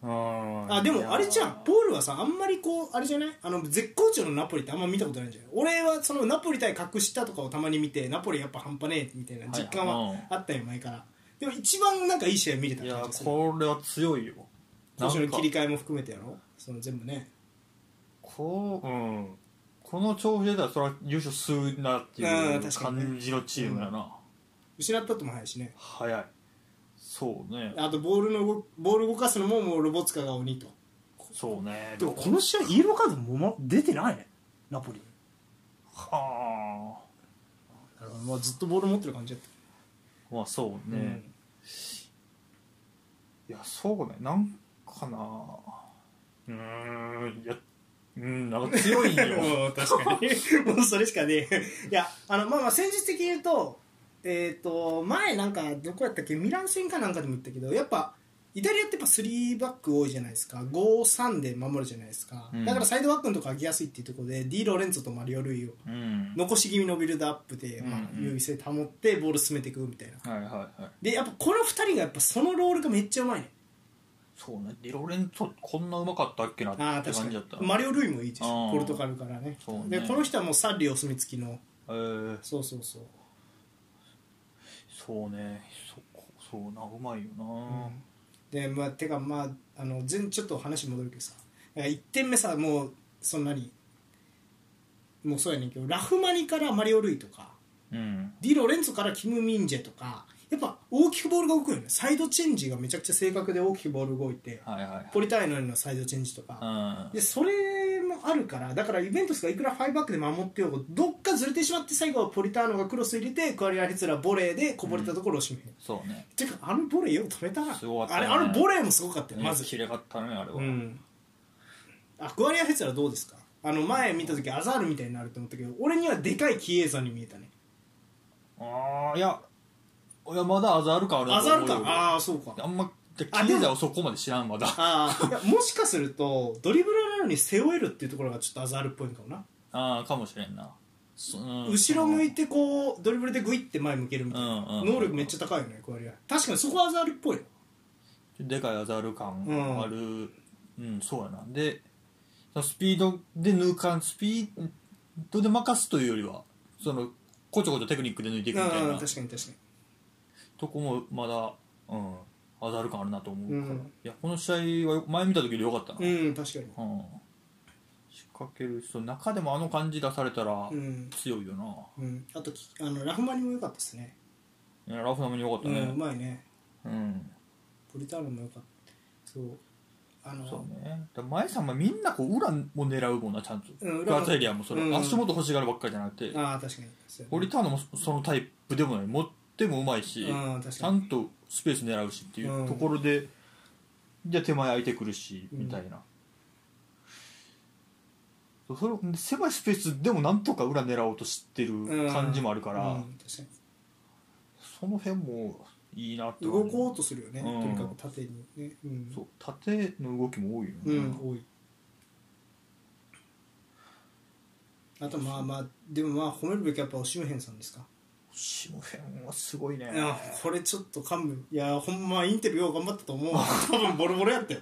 うん
あで
いや
も
ー
あれじゃんポールはさあんまりこうあれじゃないあの絶好調のナポリってあんま見たことないんじゃない俺はそのナポリ対格下とかをたまに見てナポリやっぱ半端ねえみたいな実感
はいは
はいあったよ前からでも一番なんかいい試合見れた
い
感
や
じする
これは強いよ
今年の切り
替
替
え
えも含めてやろその全部ね
こう、うん、この調子でたらそれは優勝するなってい
うん
う
確かにね
感じのチームやな、
失ったとも早いしね
早いそうね
あとボールの動ボール動かすのももうロボツカが鬼と
そうね
でもこの試合イエローカードもま出てないねナポリ
は
なるほど、まあ、ずっとボール持ってる感じだっ
あまあそう
た
ね、いやそうねなんかなうーんいや (laughs) うんなんか強いよ
うん確かに (laughs) もうそれしかねえいやあのまあまあ戦術的に言うとえっ、と前なんかどこやったっけミラン戦かなんかでも言ったけどやっぱイタリアってやっぱ3バック多いじゃないですか5-3で守るじゃないですか、
うん
だからサイドバックのとこ上げやすいっていうところで D ・ロレンツォとマリオ・ルイを
うん
残し気味のビルドアップで、まあ
うん、うん
優位性保ってボール進めていくみたいな
はいはいはい
でやっぱこの2人がやっぱそのロールがめっちゃうまいね
そうねディロレンツォこんなうまかったっけな
ああ
って
確か
感じ
に
だった
マリオ・ルイもいいです
あ
よ
ー
ポルトガルからね
そうね
でこの人はもうサッリーお墨付きの
えー、
そうそうそう、
そうねそこそうなうまいよな、
でまあてかまああの全ちょっと話戻るけどさ1点目さもうそんなにもうそうやねんけどラフマニからマリオ・ルイとか
うん、
ディ・ロレンツォからキム・ミンジェとかやっぱ大きくボールが動くよねサイドチェンジがめちゃくちゃ正確で大きくボール動いて
はいはい
ポリターノへのサイドチェンジとか、
は
でそれもあるからだからイベントスがいくらファイブバックで守ってようがどっかずれてしまって最後はポリターノがクロス入れてクアリア・ヘツラボレーでこぼれたところを締める、
いそうね
てかあのボレーよく止めたな
すごかった
あ
ね
れあのボレーもすごかったよまず、
綺麗かったねあれは、
うん、あクアリア・ヘツラどうですかあの前見た時アザールみたいになると思ったけど俺にはでかいキエザに見えたね
ああいやいやまだアザール感あるな
ア
と
ザー
思
ル
うよ
かああそうか
あんまで
あ
キレイザーはそこまで知らんまだあ
ああいやもしかするとドリブルなのに背負えるっていうところがちょっとアザールっぽいのかもな
あーかもしれんなそうん
後ろ向いてこうドリブルでグイって前向けるみたいな、
うんうん
能力めっちゃ高いよねクアリア確かにそこはアザールっぽいよ
でかいアザール感
うん
あるうん、そうやなでスピードで抜かんスピードで任すというよりはそのこちょこちょテクニックで抜いていくみたい
うん
な
確かに確かに
とこもまだうんアザール感あるなと思うから、
うん
いやこの試合はよ前見た時より良かったな、
うん確かに
うん仕掛ける人中でもあの感じ出されたら
うん、
強いよな、
うん、あときあのラフマニも良かったですね
いやラフなムに良かった
うんう
ね
まいね
うん、
ポリターノも良かったそうあの
そうねだ前さんはみんなこう裏も狙うもんなちゃんと、
うん裏
ク
も
アツエリアもそれ、
うん
足元欲しがるばっかりじゃなくて
ああ確かにそう
オリターノもそそのタイプでもない持ってもうまいし、
ああ確
ち
か
ゃ
に
んとスペース狙うしっていうんところで、じゃあ手前空いてくるし、
うん
みたいなそれ狭いスペースでもなんとか裏狙おうとしてる感じもあるから、
うん、確かに
その辺もいいなって
動こうとするよね、
うん
とにかく縦にねうん
そう縦の動きも多いよね、
うん、多いあとまあまあでもまあ褒めるべきやっぱオシムヘンさんですか、
シムフェンはすごいね
いやこれちょっと勘弁いやほんまインテルよう頑張ったと思うわ多分ボロボロや
(laughs)
ったよ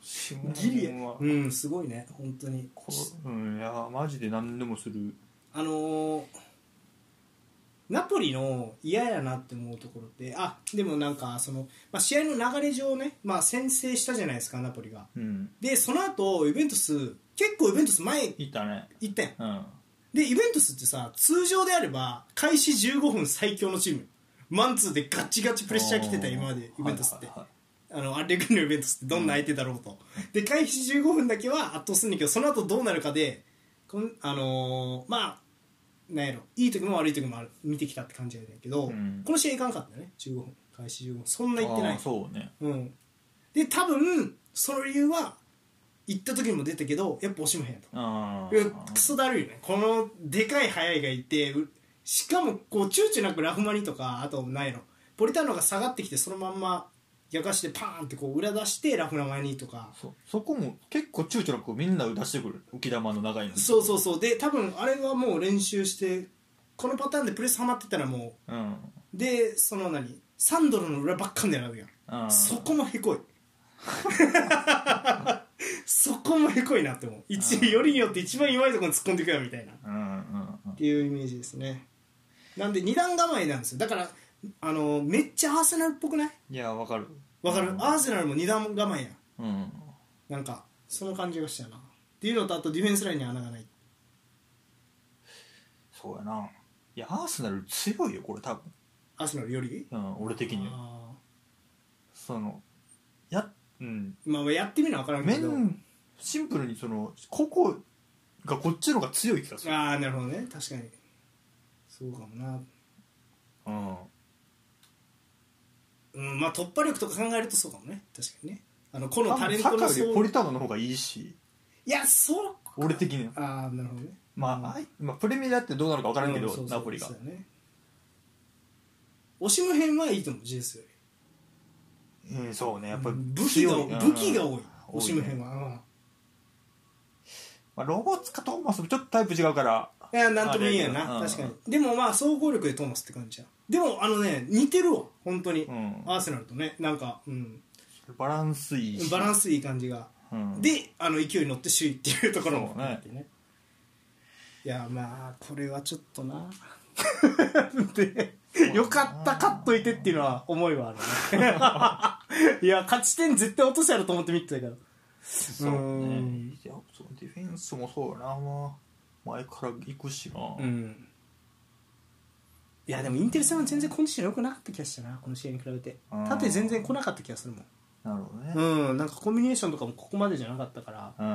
シムフ
ギリや
ェンは
うんすごいね本当に
こうんいやマジで何でもする
あのーナポリの嫌やなって思うところってあでもなんかその、まあ、試合の流れ上ね、まあ、先制したじゃないですかナポリが
うん
でその後ユベントス結構ユベントス前
いたね
行ったやん
うん
でイベントスってさ通常であれば開始15分最強のチームマンツーでガチガチプレッシャー来てた
うん
今までイベントスって、
はいはいはい
あのアレグリのイベントスってどんな相手だろうと、で開始15分だけは圧倒するんだけどその後どうなるかでこんあのーまあなんやろいい時も悪い時もある見てきたって感じやねんけど、
うん
この試合いかんかったよね15分開始15分そんな行ってな
あ
い
ーそうね
うん、で多分その理由は行った時にも出たけどやっぱ押しもへんやと
あ
いやクソだるいよねこのでかい速いがいてうしかもこう躊躇なくラフマニとかあとないのポリターノが下がってきてそのまんま逆足でパーンってこう裏出してラフマニとか
そそこも結構躊躇なくみんな出してくる浮き玉の長いの
そうそうそうで多分あれはもう練習してこのパターンでプレスハマってたらも
うん
うでその何サンドロの裏ばっかんだよなるやん
うん
そこもへこいそこもへこいなって思う一よりによって一番弱いところに突っ込んでいくやんみたいな
うんうんう
っ
ん
ていうイメージですねなんで二段構えなんですよだからあのめっちゃアーセナルっぽくない
いやわかる
わかるアーセナルも二段構えやん
うん
なんかその感じがしたなっていうのとあとディフェンスラインに穴がない
そうやないやアーセナル強いよこれ多分、
アーセナルより
うん、俺的には
あ
そのやうん
ーまあやってみな分からんけど
面シンプルにその個々がこっちの方が強い気がする、
ああなるほどね確かにそうかもな
うん、
うんまあ突破力とか考えるとそうかもね確かにねあのこの
多
タレ
分
ン
サ
ト
ッカ
の
ーより
層
ポリターノの方がいいし
いやそう
俺的には
ああなるほどね
まあ、
うん
あいまあプレミアだってどうなるか分からんけど、
うんそうそう
ナポリが
そうだねオシム編はいいと思うジェスより
うんそうねやっぱり
武器が
強いうん
武器が多い
多いね
オシム編は
まあ、ロボツかトーマスもちょっとタイプ違うから
うんいやなんとも言えんやな
あれや
確
け
か
ど
にでもまあ総合力でトーマスって感じやでもあのね似てるわ本当に
うん
アーセナルとねなんかうん
バランスいいし
バランスいい感じが
うん
であの勢いに乗って首位っていうところも
そうね
あってねいやまあこれはちょっとな (laughs) でよかった勝っといてっていうのは思いはある (laughs) ねいや勝ち点絶対落とせやろと思って見てたけど
そう
う
ね
ん
いやそうディフェンスもそうやな、まあ、前から行くしな、
うんいやでもインテルさんは全然コンディション良くなかった気がしたなこの試合に比べて
うん
縦全然来なかった気がするもん
なるほどね
うんなんかコンビネーションとかもここまでじゃなかったから
うん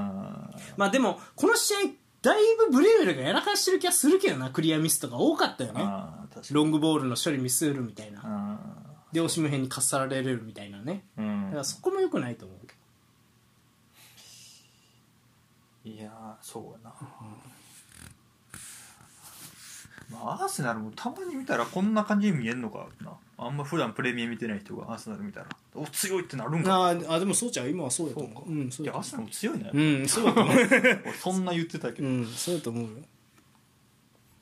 まあでもこの試合だいぶブレウェルがやらかしてる気がするけどなクリアミスとか多かったよね
あー確かに
ロングボールの処理ミスるみたいな
あ
でオシム編にかっさられるみたいなね
ーうん
だからそこも良くないと思うけど
いやーそうやな、まあ、アーセナルもたまに見たらこんな感じに見えんのかなあんま普段プレミア見てない人がアーセナル見たらお強いってなるんか
あーあでもそうちゃう今はそうやと
そう
思
か
ううんそう
い
や
や
と
ア
思
ーセナルも強いね、
ううんそうやと思う
(laughs)
(laughs)
俺そんな言ってたけ
う
ど、
んそうやと思うよい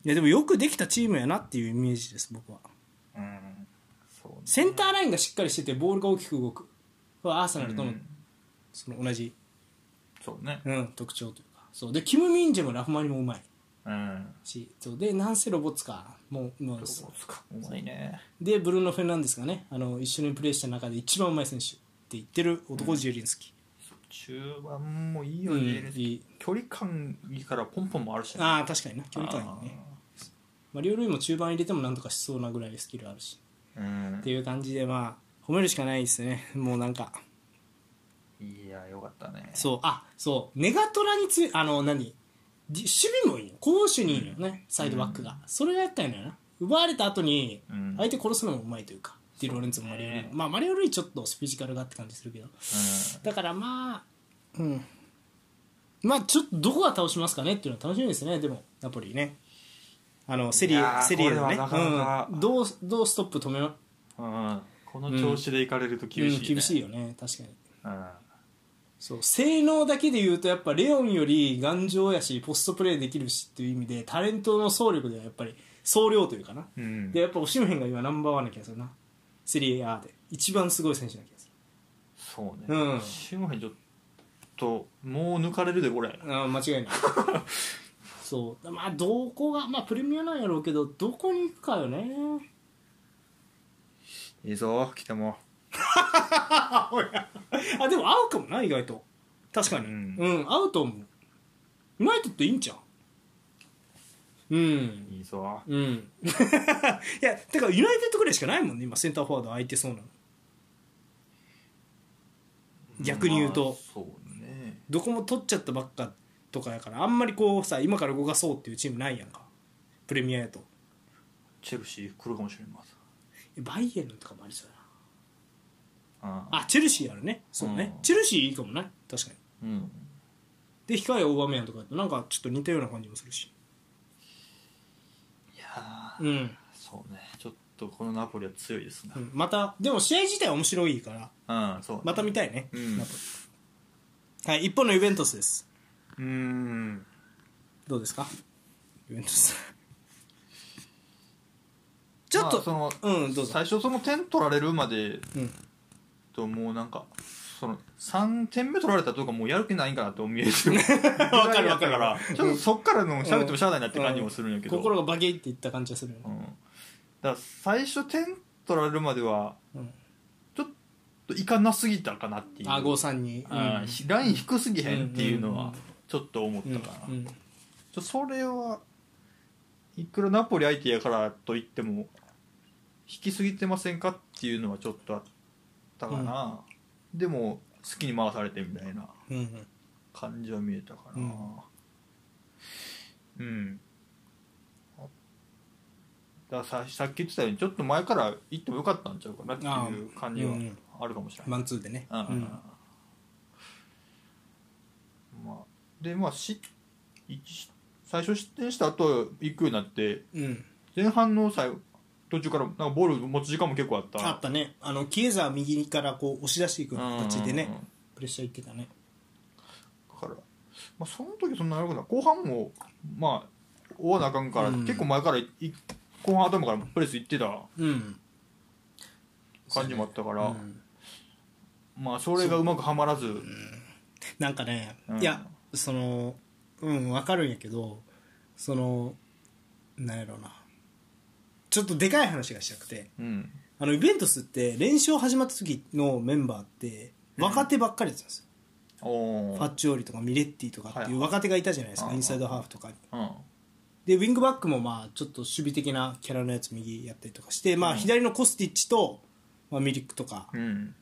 やでもよくできたチームやなっていうイメージです僕は
うんそうね
センターラインがしっかりしててボールが大きく動くこれはアーセナルとの,、
うん
その同じ、
そうね
うん、特徴というかそうでキム・ミンジェもラフマニもうまい
うん
しそうでなんせロボッツかもうもう
そうですかうまいね
でブルーノ・フェルナンデスがねあの一緒にプレーした中で一番うまい選手って言ってる男ジエリンスキ
中盤もいい
ー、
よ
うん
ね、
いい
距離感いいからポンポンもあるしね
ああ確かにな距離感いいねマリオ・ルイも中盤入れてもなんとかしそうなぐらいスキルあるし
うん
っていう感じでまあ褒めるしかないですねもうなんか
いやよかったね
そうあそうネガトラについあの何じ守備もいいよ攻守にいいのよね、サイドバックが、それがやったんだよな奪われた後に
うん
相手殺すのもうまいというか、ディローレンツもマリオ・ルイも、まあマリオ・ルイちょっとスピジカルがって感じするけどだからまあうんまあちょっとどこが倒しますかねっていうのは楽しみですねでもナポリねあのセリ
い
エ
やー
セリエのね
これはなかなか
うん、どうどうストップ止めよ
うん、うん、この調子でいかれると厳しい、ね
うん、厳しいよね確かに
うん
そう性能だけで言うとやっぱレオンより頑丈やしポストプレーできるしっていう意味でタレントの総力ではやっぱり総量というかな、
うん
でやっぱオシムヘンが今ナンバーワンな気がするなセリエ A で一番すごい選手な気がす
そうね、
うん
シモヘンちょっともう抜かれるでこれ
るあー間違いない (laughs) そうまあどこがまあプレミアなんやろうけどどこに行くかよね
いいぞ来ても
あでも合うかもな意外と確かにう
うんん、
合うと思うユナイトっていいんちゃううん
いいぞ
うん (laughs) いやてかユナイテッドぐらいしかないもんね今センターフォワード空いてそうなの逆に言うと
まあそうね
どこも取っちゃったばっかとかやからあんまりこうさ今から動かそうっていうチームないやんかプレミアやと
チェルシー来るかもしれません
えバイエルンとかもありそうや
あ
なあチェルシーあるねそうね、
うん
チェルシーいいかもね確かに
うん
で控えオーバーメアンとかやとなんかちょっと似たような感じもするし
いやー
うん、
そうねちょっとこのナポリは強いですね
うん、またでも試合自体は面白いから
うん、そうね
また見たいね、
うん
ナポリはい一方のユベントスです
うーん
どうですかユベントス (laughs) ちょっと、
まあその
うんどうぞ
最初その点取られるまで
うん、
ともうなんかその3点目取られたとかもうやる気ないんかなと
(laughs)
見えてる
わかるわかる
ぐらいやったからちょっとそっからの喋ってもしゃあないなって感じもするんやけど、
心がバゲイっていった感じがするよね
うんだから最初点取られるまでは
うん
ちょっといかなすぎたかなっていう
あ5三に
あーライン低すぎへんっていうのはちょっと思った
うん
かな、
うんうん
ちょそれはいくらナポリ相手やからといっても引きすぎてませんかっていうのはちょっとあったかな、でも好きに回されてみたいな
うんうん
感じは見えたかなうん、あだからささっき言ってたようにちょっと前から行ってもよかったんちゃうかなっていう感じはあるかもしれない、
マンツーでね
うんまあ、でまあし一最初失点した後行くようになって
うん
前半の最後途中からなんかボール持つ時間も結構あった
あったねあのキエザー右からこう押し出していくような形でね
うんうんうん
プレッシャーいってたね
だから、まあ、その時そんなに悪くない後半もまあ追わなあかんから、
うん
結構前からい後半頭からプレス行ってた
うん
感じもあったから、
うん
まあそれがうまくはまらず、
なんかね
うん
いやそのうんわかるんやけどそのなんやろうなちょっとでかい話がしたくて
うん
あのイベントスって連勝始まった時のメンバーって若手ばっかりだったんですよ、
おー
ファッチオーリとかミレッティとかっていう若手がいたじゃないですか、
はいはい
インサイドハーフとかに
うん
でウィングバックもまあちょっと守備的なキャラのやつ右やったりとかして、まあ、
うん
左のコスティッチと、まあ、ミリックとか
うん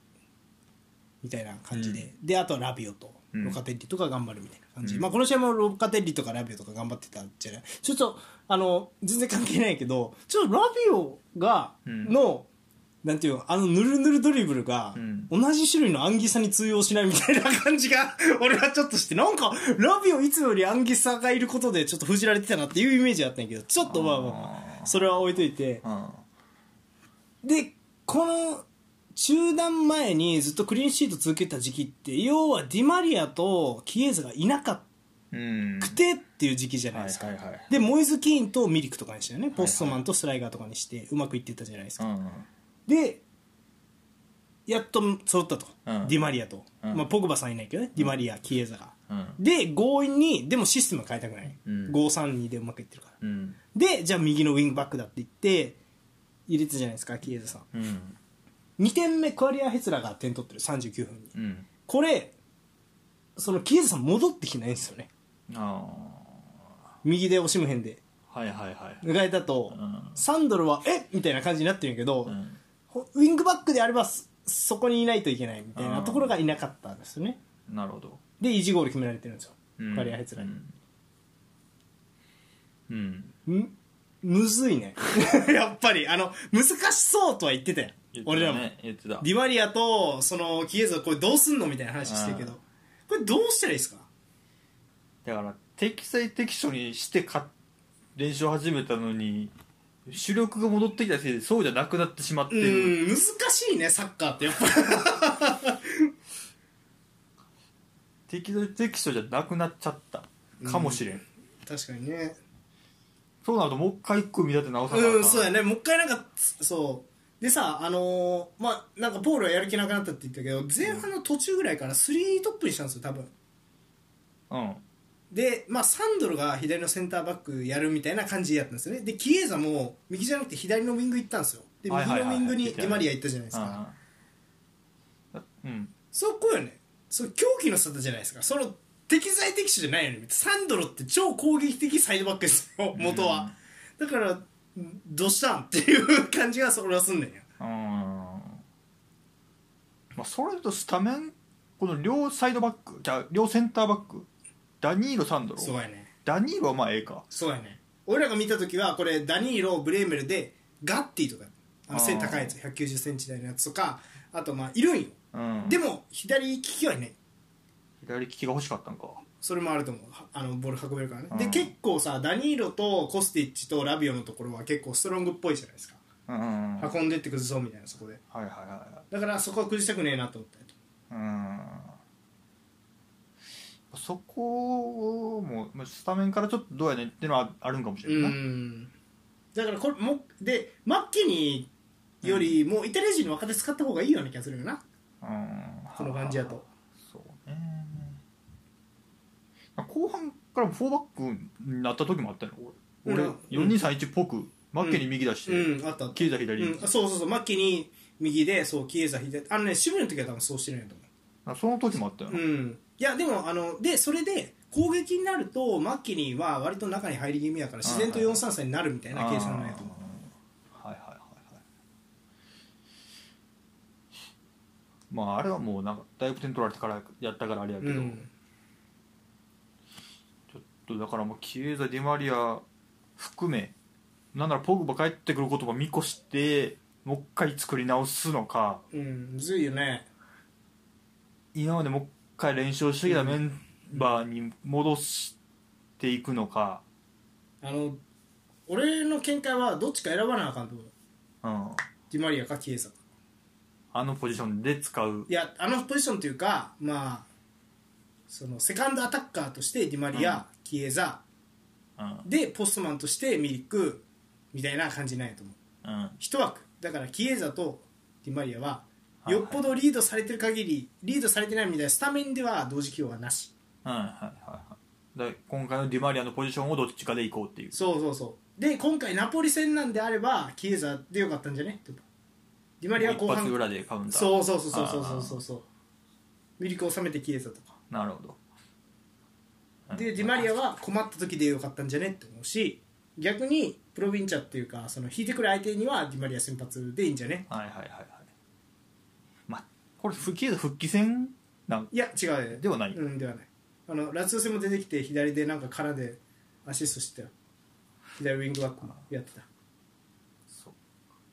みたいな感じで、であとはラビオと
うん
ロカテッリとか頑張るみたいな感じ、
うん
まあ、この試合もロカテッリとかラビオとか頑張ってたじゃないちょっとあの全然関係ないけどちょっとラビオが
うん
の、なんていうのあのぬるぬるドリブルが、
うん
同じ種類のアンギサに通用しないみたいな感じが (laughs) 俺はちょっとしてなんかラビオいつもよりアンギサがいることでちょっと封じられてたなっていうイメージだったんやけどちょっとまあまあまあ
あー
それは置いといて
うん
でこの中断前にずっとクリーンシート続けた時期って要はディマリアとキエズがいなか
うん
くてっていう時期じゃないですか、
はいはいはい
でモイズ・キーンとミリクとかにしたよねポストマンとスライガーとかにしてうまくいってたじゃないですか、
うん
でやっと揃ったと、
うん
ディマリアと、
うん
まあ、ポグバさんいないけどねディマリアキエズが
うん
で強引にでもシステムは変えたくない、
うん
532でうまくいってるから
うん
でじゃあ右のウィングバックだって言って入れてたじゃないですかキエザさ
うん
ん2点目クアリア・ヘツラが点取ってる39分に
うん
これそのキエザさん戻ってきてないんですよね
あ
右で押しむへんで
あはいはいはい
抜かれたと、
うん
サンドルはえみたいな感じになってるんやけど、
うん
ほウィングバックであればそそこにいないといけないみたいなところがいなかったんですよね
なるほど
でイージーゴール決められてるんですよ、
うん
クアリア・ヘツラに、
うんう
む
ん
むずいね (laughs) やっぱりあの難しそうとは言ってたやん
言ってた
俺らも
ね言ってた
ディマリアとそのキエズこれどうすんのみたいな話してるけど
うん
これどうしたらいいですか
だから適材適所にしてか練習を始めたのに主力が戻ってきたせいでそうじゃなくなってしまって
う
る
ん難しいねサッカーってやっ
(laughs)
ぱ
適材適所じゃなくなっちゃったかもしれん、
確かにね
そうなるともう一回一個見立て直さなあかん
うんそうやねもう一回なんかつそうでさあのーまあなんかポールはやる気なくなったって言ったけど前半の途中ぐらいから3トップにしたんですよ多分
うん
で、まあ、サンドルが左のセンターバックやるみたいな感じやったんですよねでキエザも右じゃなくて左のウィング行ったんですよで
はい
右のウ
はいはい
ィング
聞
に
いた
デ
よ
ィマリア行ったじゃないですか、
うんうん
そこよねその狂気の沙汰じゃないですかその適材適所じゃないよねサンドロって超攻撃的サイドバックですよ元は、だからどうしたんっていう感じがそれはすんねんや
うんまあそれとスタメンこの両サイドバックじゃあ両センターバックダニーロサンドロ
そうやね
ダニーロはまあええか
そうやね俺らが見た時はこれダニーロブレーメルでガッティとかあの背高いやつ1 9 0ンチ台のやつとかあとまあいるんよ
うん
でも左利きはいない
左利きが欲しかったんか
それもあると思うはあのボール運べるからね、
う
で
ん
結構さダニーロとコスティッチとラビオのところは結構ストロングっぽいじゃないですか
うんうんはい
運んでって崩そうみたいなそこで
はいは
だからそこは崩したくねえなと思ったよ
いうんそこもまあスタメンからちょっとどうやねんっていうのはあるんかもしれんない
んだからこれもでマッキニーよりもうイタリア人の若手使った方がいいような気がするよな
うん
この感じやと
そうね後半からも4バックになった時もあったよ俺俺
うん
4231っぽくマッケに右出して、
うんあったあった
キエザ左、
うん、そうそうそうマッキニー右でそうキエザ左あのね守備の時は多分そうしてるんやと思う
あその時もあったよ、
うん、いやでもあのでそれで攻撃になるとマッキニーは割と中に入り気味だから自然と
うん
4 3 3になるみたいな計算なんやと思
あーはいはいはいはいまああれはもうなんかだいぶ点取られてからやったからあれや
う、
けど、
うん、
ちょっとだからもうキエザディマリア含めなんならポグバ帰ってくることも見越してもう一回作り直すのか、
うん、むずいよね
今までもう一回練習してきたメンバーに戻していくのか、
あの俺の見解はどっちか選ばなあかんと思う
うん、
ディマリアかキエザか
あのポジションで使う
いやあのポジションというかまあそのセカンドアタッカーとしてディマリア、
うん
キエザ
うん
でポストマンとしてミリックみたいな感じなんやと思う
うん
一枠だからキエザとディマリアは
はい
よっぽどリードされてる限りリードされてないみたいなスタメンでは同時起用はなし
うんはいはいはいで今回のディマリアのポジションをどっちかでいこうっていう
そうそうそうで今回ナポリ戦なんであればキエザでよかったんじゃねってディマリアは
一
後
発
半
裏でカウンター
そうそうそうそうそう
あ
そ
ー
うそうそうミリクを収めてキエザとか
なるほどうん
でディマリアは困った時でよかったんじゃねって思うし逆にプロヴィンチャっていうかその引いてくる相手にはディマリア先発でいいんじゃね
はいはいはいはいまあこれ復帰復帰戦なん
いや違うね
ではない、
うんではないあのラツィオ戦も出てきて左でなんか空でアシストしてたよ左ウィングバックもやってた
そう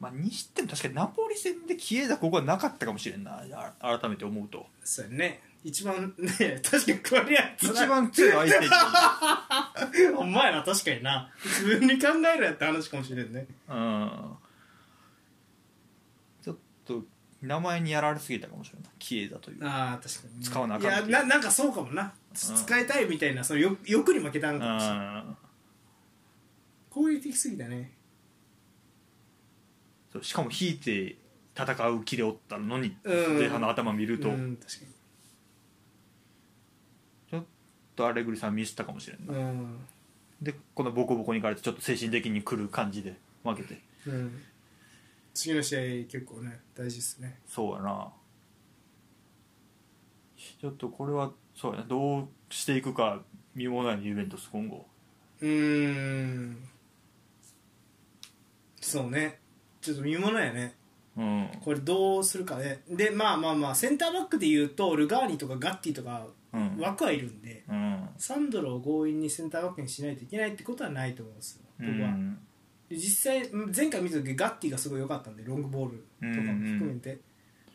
まあにしても確かにナポリ戦で消えたここはなかったかもしれんなあ改めて思うと
そうやね一番ね確かにクワリア
一番強い相手に
お前ら確かにな自分に考えるやって話かもしれんね
うんちょっと名前にやられすぎたかもしれないキエザという
ああ確かにね
使わなあかん
いやななんかそうかもな、つ
うん
使いたいみたいなその欲欲に負けたん
う
かもしれない
ん
攻撃的すぎだね
そうしかも引いて戦う気でおったのに
うん
前半の頭見ると
うん確かに
ちょっとアレグリさんミスったかもしれんな、
うん
でこのボコボコにいかれてちょっと精神的にくる感じで負けて
うん次の試合結構ね大事ですね
そうやなちょっとこれはそうやなどうしていくか見ものやねユベントス今後
うーんそうねちょっと見ものやね
うん
これどうするかねでまあまあまあセンターバックで言うとルガーニとかガッティとか
うん
枠はいるんで、
うん
サンドロを強引にセンターバックにしないといけないってことはないと思うんですよ
う
僕は、
ん
で実際前回見た時ガッティがすごい良かったんでロングボールとかも含めて、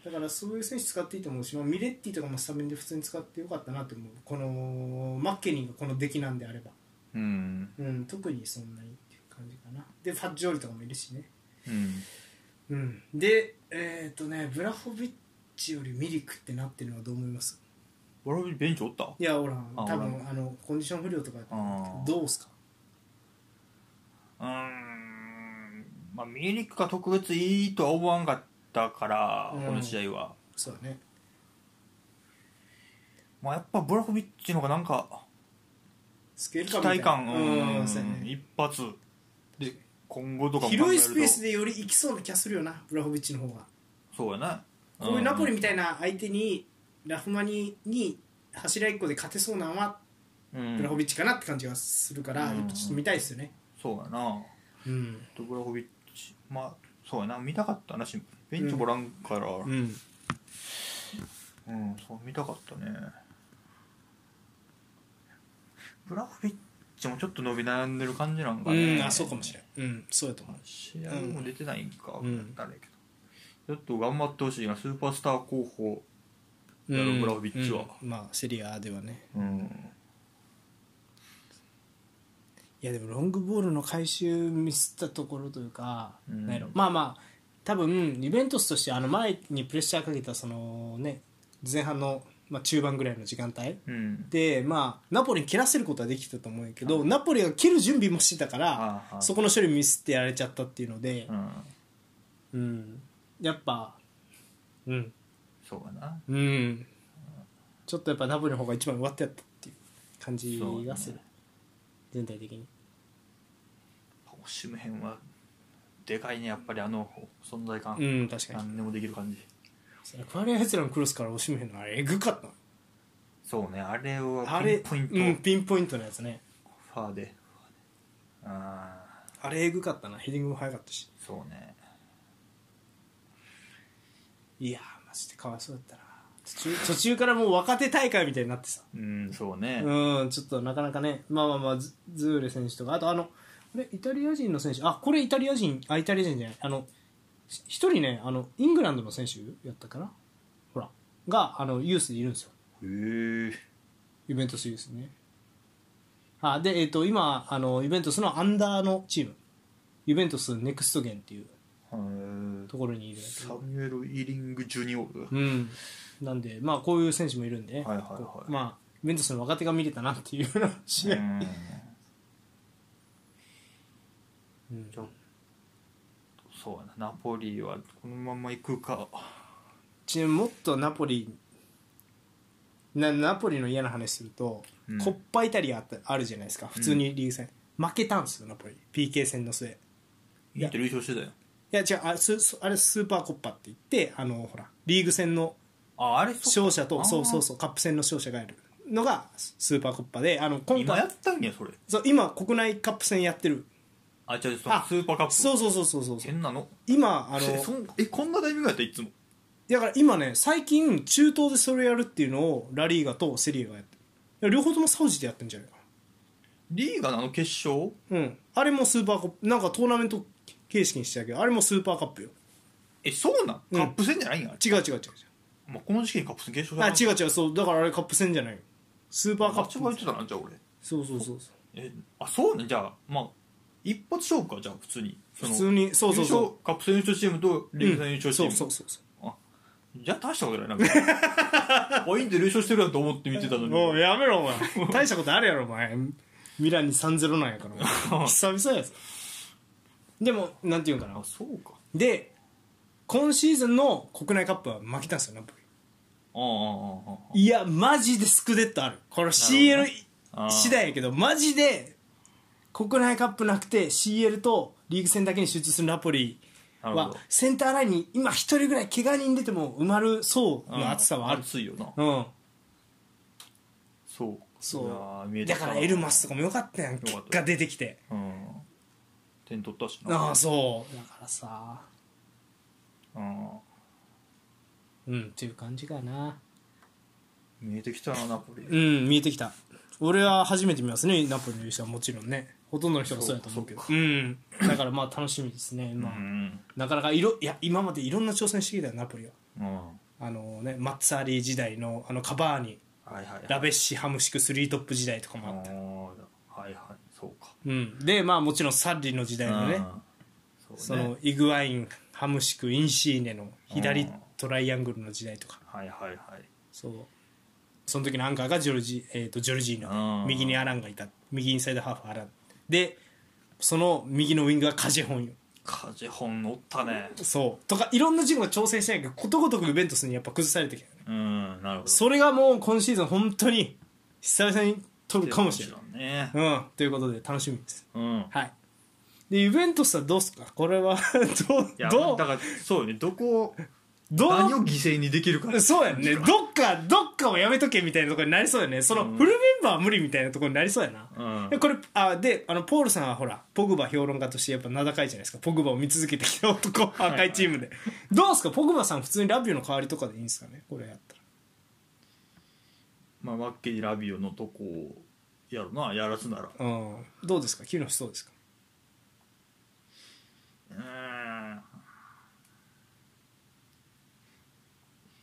だからそういう選手使っていいと思うし、まあ、ミレッティとかもスタメンで普通に使ってよかったなって思うこのマッケニーがこの出来なんであれば、
うん
うん、特にそんなにっていう感じかなでファッジョーリとかもいるしね、
うん
うん、でえっ、とねブラホビッチよりミリクってなってるのはどう思います
ワラビベンチおった
いやオラン
あ
多
オラ
分あのコンディション不良とかやったと思う
あー
けどどうすか
うーんまあミリックが特別いいとは思わんかったから、
うん
この試合は、
そうだね
まあ、やっぱブラコビッチの方がなんか
スケール
期
感みたい
待
な
感うん
うんそうやね
一発で今後とかも考えると
広いスペースでより行きそうな気がするよなブラホビッチの方が
そうやな
こういうナポリみたいな相手にラフマニに柱一個で勝てそうなのは
うん
ブラホビッチかなって感じがするから、
うん
やっぱちょっと見たいですよね
そうやな
うん、
ドブラホビッチまあそうやな見たかったなしベンチもらんからうん、そう見たかったねブラホビッチもちょっと伸び悩んでる感じなんかね、
うんあそうかもしれんうんそうやと思う
試合も出てないんか、
うん
誰やけどちょっと頑張ってほしいなスーパースター候補やろブラホビッチは
うんまあセリアではね
うん
いやでもロングボールの回収ミスったところというか、
うん
なんやろまあまあ多分ユベントスとしてあの前にプレッシャーかけたそのね前半の、まあ、中盤ぐらいの時間帯
うん
でまあナポリに蹴らせることはできてたと思うんやけどナポリが蹴る準備もしてたから
ああ
そこの処理ミスってやられちゃったっていうので
う、
う
ん
ん、やっぱうん
そうやな
うんちょっとやっぱナポリの方が一番上手やったっていう感じがする、
そうね
全体的に
オシム編はでかいねやっぱりあの存在感、
うん確かに
何でもできる感じ
それクアリアヘツラのクロスから押しむへんのあれえぐかったの
そうねあれは
あ
ピ
れ
ンポイント、
うん、ピンポイントのやつね
ファーでああ
あれえぐかったなヘディングも速かったし
そうね
いやーマジでかわいそうだったな途中途中からもう若手大会みたいになってさ
うんそうね、
(laughs) うんちょっとなかなかねまあまあまあズズーレ選手とかあとあのあれイタリア人の選手あこれイタリア人あイタリア人じゃないあのし一人ねあのイングランドの選手やったかなほらがあのユースでいるんですよ
へえ
ユベントスユースね。あで、えっ、と、今、あの、ユベントスのアンダーのチーム、ユベントスネクストゲンっていうところにいるんだけ
サ
ど
ミュエル・イリング・ジュニオール
うん。なんで、まあ、こういう選手もいるんで、ね
はいはいはい
こうまあ、ユベントスの若手が見れたなっていうような試合。うん
ちょそうやなナポリはこのまま行くか
ちなみにもっとナポリ、なナポリの嫌な話すると、
うん
コッパイタリアってあるじゃないですか、普通にリーグ戦。負けたんですよ、ナポリ。PK 戦の末。
インテル優勝してたよ
いや違うあススあれスーパーコッパって言ってあのほらリーグ戦の
ああれそう
勝者とそうそうそうカップ戦の勝者がいるのがススーパーコッパであの今
今や
回
ったんやそれ
そう今国内カップ戦やってる
あじゃあそ
あ
のスーパーカップ
そうそうそうそうそうそう
変なの
今あの
えそんえこんなタイミングやったいつも
だから今ね最近中東でそれやるっていうのをラリーガとセリエがやってる両方ともサウジでやってるんじゃないか
リーガのあの決勝
なうんあれもスーパーコップなんかトーナメント形式にしてたけどあれもスーパーカップよ
えそうなん
うん
カップ戦じゃないんや、
違う違う違う違う
まあ、この時期にカップ戦決
あ
勝じゃ
違う違うそうだからあれカップ戦じゃないよスーパーカ
な
ッ
い
プ
間違えてたなじゃあ俺
そうそうそうそう
えあそうねじゃあまあ一発勝負かじゃあ普通にそ
普
の
通にそうそう
優
そ
勝カップ戦優勝チームと
う
リーグ戦優勝チーム、
うんそうそうそう
じゃあ大したことないなみたい (laughs) なあインテル優勝してるやんと思って見てたのに
もうやめろお前大したことあるやろお前ミランに3-0なんやからお (laughs) 前久々やぞでもなんていうんかな
あそうか
で今シーズンの国内カップは負けたんですよナポ
ああああああ
リいやマジでスクデットあるこれ
なる
CL
あー
(laughs) 次第やけどマジで国内カップなくて CL とリーグ戦だけに集中するナポリ
なるほ
は
ど
センターラインに今一人ぐらい怪我人出ても埋まる層の厚さはある
熱いよな
うん
そういやー
そ
見え
う
て
だ
きた
からエルマスとかもよかったやん
かった
結果出てきて
うん点取ったしな
ああそうだからさ
うん
うんっていう感じかな
見えてきたなナポリ
うん見えてきた俺は初めて見ますねナポリの優勝はもちろんねほとんどの人がそうやと思うけど
そう
うんだからまあ楽しみですね、
う
まあ
ん
なかなかいろいや今までいろんな挑戦してきたよナポリは
うんは
あのねマッツァーリー時代のあのカバーニ
いはいはい
ラベッシハムシクスリートップ時代とか
あ
もあって、
ーだはいはいそうか
うん、でまあもちろんサッリの時代のね、
うんそ
そう
ね
のイグワインハムシクインシーネの左トライアングルの時代とか
はいはいはい
そうその時のアンカーがジョルジ,、えー、とジョルジー
う
ノ
ん
右にアランがいた右インサイドハーフアランでその右のウィングがカジェホンよ
カジェホン乗ったね
そうとかいろんなチームが挑戦してないけどことごとくユベントスにやっぱ崩されてきたよね
うんなるほど
それがもう今シーズン本当に久々に取るかもしれない
もちろんね
うんということで楽しみです
うん
はいでユベントスはどうっすかこれは (laughs) どう
いや
どう
だからそうよねどこを
どう
何を犠牲にできるか
そうやんねどっかどっかをやめとけみたいなところになりそうやねその
うん
フルメンバーは無理みたいなところになりそうやな、
うん
でこれあであのポールさんはほらポグバ評論家としてやっぱ名高いじゃないですかポグバを見続けてきた男
い
赤いチームで、どうですかポグバさん普通にラビオの代わりとかでいいんですかねこれやったら
まあマッケイラビオのとこをやるなやらすなら
うんどうですか木の人どうですか
うーん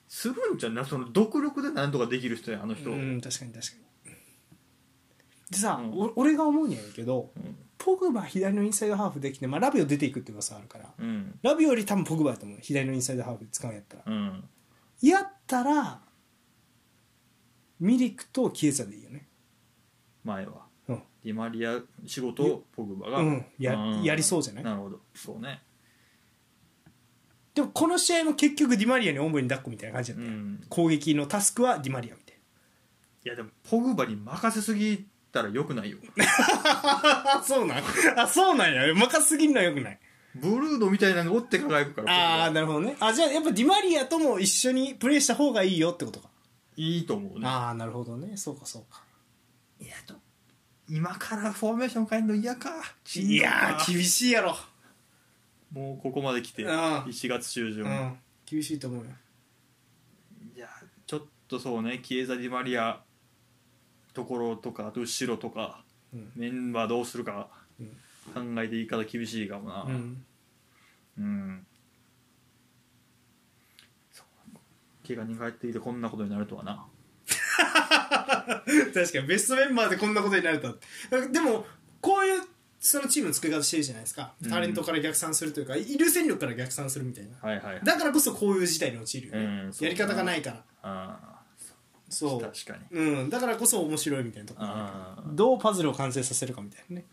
するんじゃないその独力で何とかできる人やあの人、
うん確かに確かにでさ、
うん
お俺が思うんやけど、
ん
ポグバ左のインサイドハーフできて、まあ、ラビオ出ていくって噂あるから
うん
ラビオより多分ポグバやと思う左のインサイドハーフで使うんやったら
うん
やったらミリクとキエザでいいよね
前は
うん
ディマリア仕事をポグバが、
うんややりそうじゃない
なるほどそうね
でもこの試合も結局ディマリアにおんぶに抱っこみたいな感じだ
う
ったよ、
ん
攻撃のタスクはディマリアみたい
いやでもポグバに任せすぎたらよくないよ (laughs)
なあそうなん (laughs) あそうなんや任せすぎるのはよくない
ブルードみたいなの追って輝くか
あ
ら
あ
ポグ
な
バ
るほどねあじゃあやっぱディマリアとも一緒にプレーした方がいいよってことか
いいと思うね
ああなるほどねそうかそうか
いやと今からフォーメーション変えるの嫌か
いやー厳しいやろ
もうここまで来て
あー
1月中旬、
うん厳しいと思うよ
いやちょっとそうねキエザ・ディマリアところとかあと後ろとか、
うん
メンバーどうするか
うん
考えていいから厳しいかもな
うん
うんそう怪我に帰っていてこんなことになるとはな
(laughs) 確かにベストメンバーでこんなことになるとはでもこういうそのチームの作り方してるじゃないですか
うん
タレントから逆算するというか、いる戦力から逆算するみたいな
はいはいはい
だからこそこういう事態に陥るよね、
うんそう
やり方がないから
ああ
そう
確かに
うん、だからこそ面白いみたいなところ
ああ
どうパズルを完成させるかみたいなね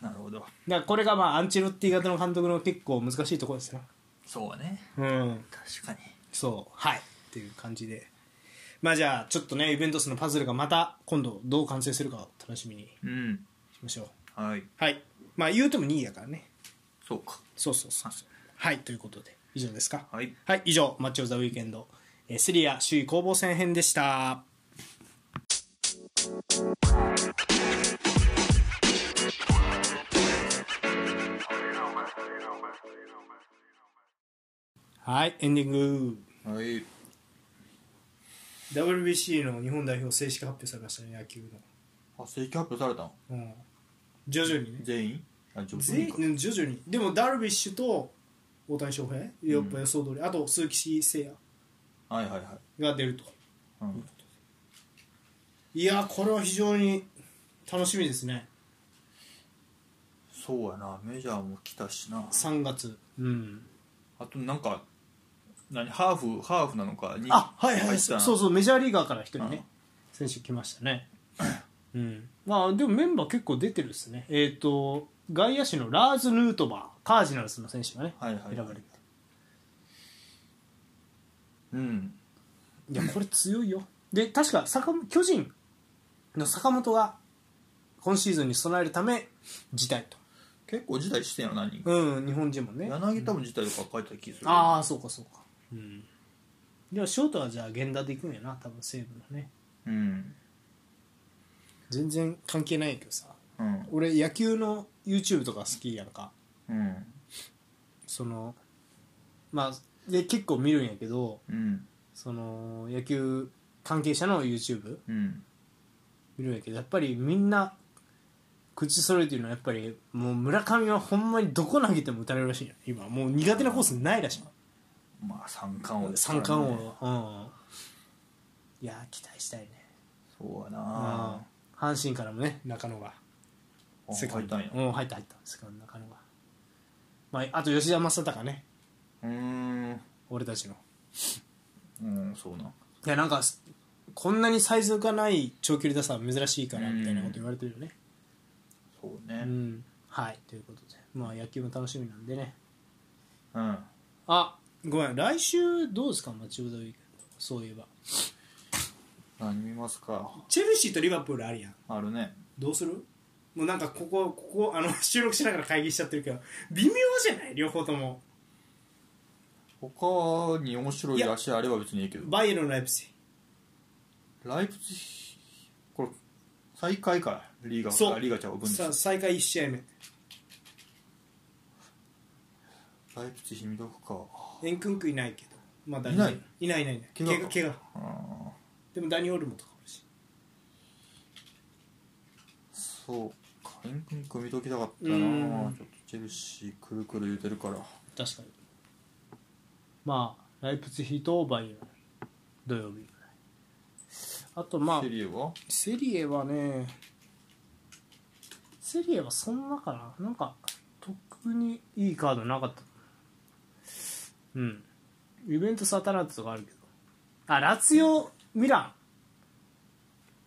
なるほど
だからこれがまあアンチェロッティ型の監督の結構難しいところですよ
そうね
うん
確かに
そうはいっていう感じでまあじゃあちょっとねイベントスのパズルがまた今度どう完成するかを楽しみにし
うん
ましょう
はい
はいまあ言うても2位だからね
そうか
そうそうそうそうはいということで以上ですか
はい
はい、以上「マッチ・オブ・ザ・ウィーケンド」えーセリア首位攻防戦編でしたはいエンディング
はい
WBC の日本代表正式発表されましたね野球の、
あ正規発表されたの
うん、徐々にね
全員あ徐々
全
に
員
か
うん徐々にでもダルビッシュと大谷翔平やっぱ予想通り、あと鈴木誠也
はいはいはい
が出ると
うん
いやこれは非常に楽しみですね
そうやなメジャーも来たしな
3月うん
あとなんか何ハーフハーフなのかに
あはいはい
入った
そ
な
うそうメジャーリーガーから一人
う
ね
ん
選手来ました (clears throat) ねうんまあでもメンバー結構出てるですねえっ、と外野手のラーズ・ヌートバーカージナルスの選手がね、
はいはいはい
選ばれて
うん
いやこれ強いよで確か坂本巨人の坂本が今シーズンに備えるため辞退と、
結構辞退してんやろ何人か
うん、日本人もね
柳田も辞退とか書いてた気する
ああそうかそうかうんではショートはじゃあ源田でいくんやな多分西武のね
うん
全然関係ないけどさ
うん
俺野球の YouTube とか好きやんか
うん
そのまあで結構見るんやけど
うん
その野球関係者の YouTube
うん
見るんやけどやっぱりみんな口揃えてるのはやっぱりもう村上はほんまにどこ投げても打たれるらしいんや今もう苦手なコースないらしい
まあ三冠王ですから
三
ね
冠王うんいやー期待したいね
そうや
あ
な
あ阪神からもね中野が
あ書いたんや
うん入った入ったセカンド中野が、まあ、あと吉田正尚ね
うーん
俺たちの
うんそうない
やなんかすこんなにサイズがない長距離打者は珍しいからみたいなこと言われてるよね
そう
う
ね
ん、はいということでまあ野球も楽しみなんでね
うん
あごめん来週どうですかマッチオブザウィークそういえば
何見ますか
チェルシーとリバプールあるやん
あるね
どうするもうなんかここここあの (laughs) 収録しながら会議しちゃってるけど微妙じゃない両方とも
他に面白いらしいあれば別にいいけど
バイエルン・ライプツィ
ライプツィこれ最下位かリーガ
そう
あリーガちゃう分
さ
ラ
あ再開1試合目
イプツィ見とくか
エンクンクいないけどまだ
いない
いないいないいない
怪我
怪我
か
怪我
うん
でもダニオルモとかもいるし
そうかエン君組みときたかっ
う
たなちょ
ん
っとチェルシーくるくる言うてるから
確かにまあライプツヒとバイエルン土曜日あとまあ
セリエは
セリエはねセリエはそんなかななんか特にいいカードなかったうんイベントスアタランタとかあるけどあラツヨミラン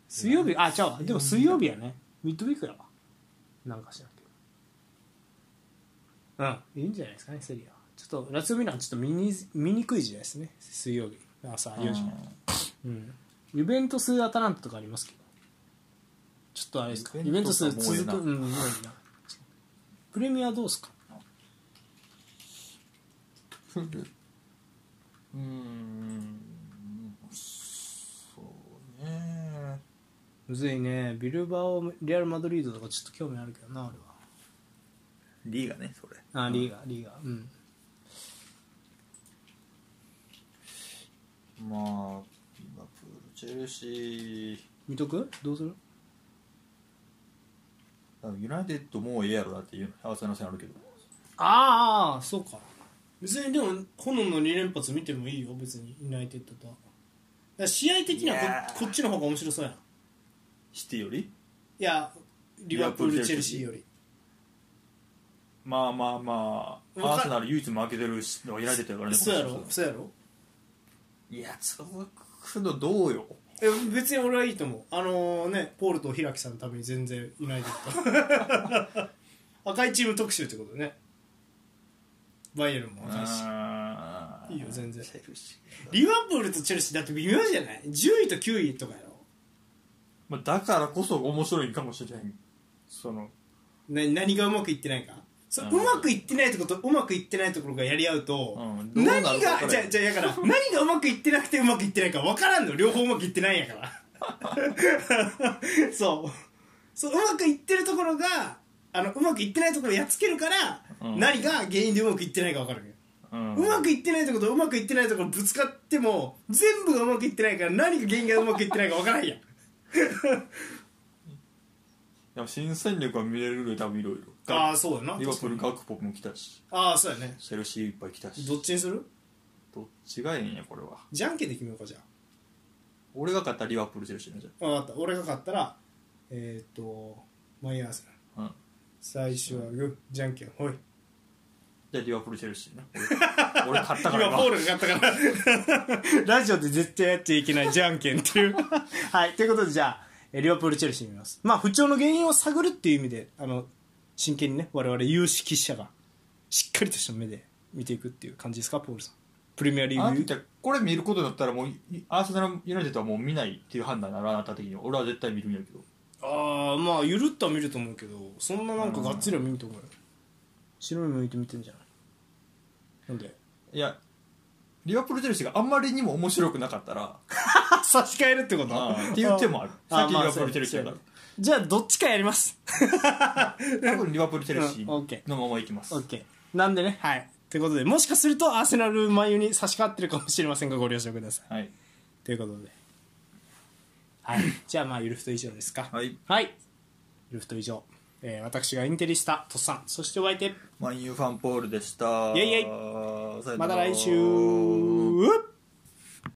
水曜日あ違うわでも水曜日やねミッドウィークやわなんかしらんけどうんいいんじゃないですかねセリエはちょっとラツヨミランちょっと見に見にくい時代ですね水曜日朝4時うん、イベントスアタランタとかありますけどちょっとあれですかイ
イ
ベ
ベ
ン
ン
ト
トスは
数続
もうええ
く
な
うんもういいなプレミアどうですか
うんくる (laughs) うーんそうね
むずいねビルバオレアル・マドリードとかちょっと興味あるけどな俺
リーガねそれ
はあリーガリーガうん
まあリバプールチェルシー
見とくどうする
あユナイテッドもうええやろだっていう合わせの線あるけど
ああそうか別にでも炎の2連発見てもいいよ別にユナイテッドとだから試合的にはい
やー
ここっちの方が面白そうやんい
シティより
やリバプー
リバプー
ル・
ル
チェルシーより
まあまあまあ
わか
アーセナル唯一負けてるしユナイテッドやからね
そうやろ
今年
そうやろ
いや続くのどうよ
いや別に俺はいいと思うあのねポールと平木さんのために全然いないです赤いチーム特集ってことねバイエルンも赤いし
あー
いいよ全然
チェルシー
リバプールとチェルシーだって微妙じゃない10位と9位とかやろ
まあ、だからこそ面白いんかもしれんその
な何がうまくいってないかそう
な
う
るほど
まくいってないとことうまくいってないところがやり合うと、
うんどうな
何
るか
が
分
じ
からん
ゃあじゃあだから
(laughs)
何がうまくいってなくてうまくいってないか分からんの両方うまくいってないんやから (laughs) そうそううまくいってるところがあのうまくいってないところをやっつけるから、
うん
何が原因でうまくいってないか分かるわけ
うん
うまくいってないとことうまくいってないところぶつかっても全部がうまくいってないから何が原因がうまくいってないか分からんやん
でも新戦力は見れるよ多分いろいろ
ああそうやな
リバプールガクポも来たし
ああそうやね
セルシーいっぱい来たし
どっちにする
どっちがええんやこれは
じゃんけんで決めようかじゃあ
俺が勝ったらリバプールチェルシーなじ
分かった俺が勝ったらえっ、とマイアーセナル
ゃんうん
最初はグーじゃんけんほい
じゃあリバプールチェルシーな
(laughs)
俺俺勝ったから
今ポールが勝ったから (laughs) ラジオで絶対やっちゃいけないじゃんけん (laughs) っていうはいということでじゃあえリバプール・チェルシー見ますまあ不調の原因を探るっていう意味であの真剣にね我々有識者がしっかりとした目で見ていくっていう感じですかポールさんプレミアリー
あな
グ
たこれ見ることだったらもういアーセナルユナイテッドはもう見ないっていう判断ならあなた的には俺は絶対見るんやけど
ああまあゆるっとは見ると思うけどそんななんかがっつりは見んと思うよ白目向いて見てんじゃないなんで
いやリバプール・チェルシーがあんまりにも面白くなかったら
(laughs) 差し替えるってこと
あーっていう手もある
あー
さっきリ
まあ
バプール・チェルシーだか
じゃあどっちかやります
ら多分リバプール・チェルシ
うんオッケ
ーのままいきます、
OK なんでねはいということでもしかするとアーセナル眉に差し替わってるかもしれませんがご了承ください
はい
ということで
(laughs)
はいじゃあまあゆるふと以上ですか
はい
はいゆるふと以上、えー私がインテリスタとっさんそしてお相手
マンユーファンポールでした
イェイイ
ェイ
また来週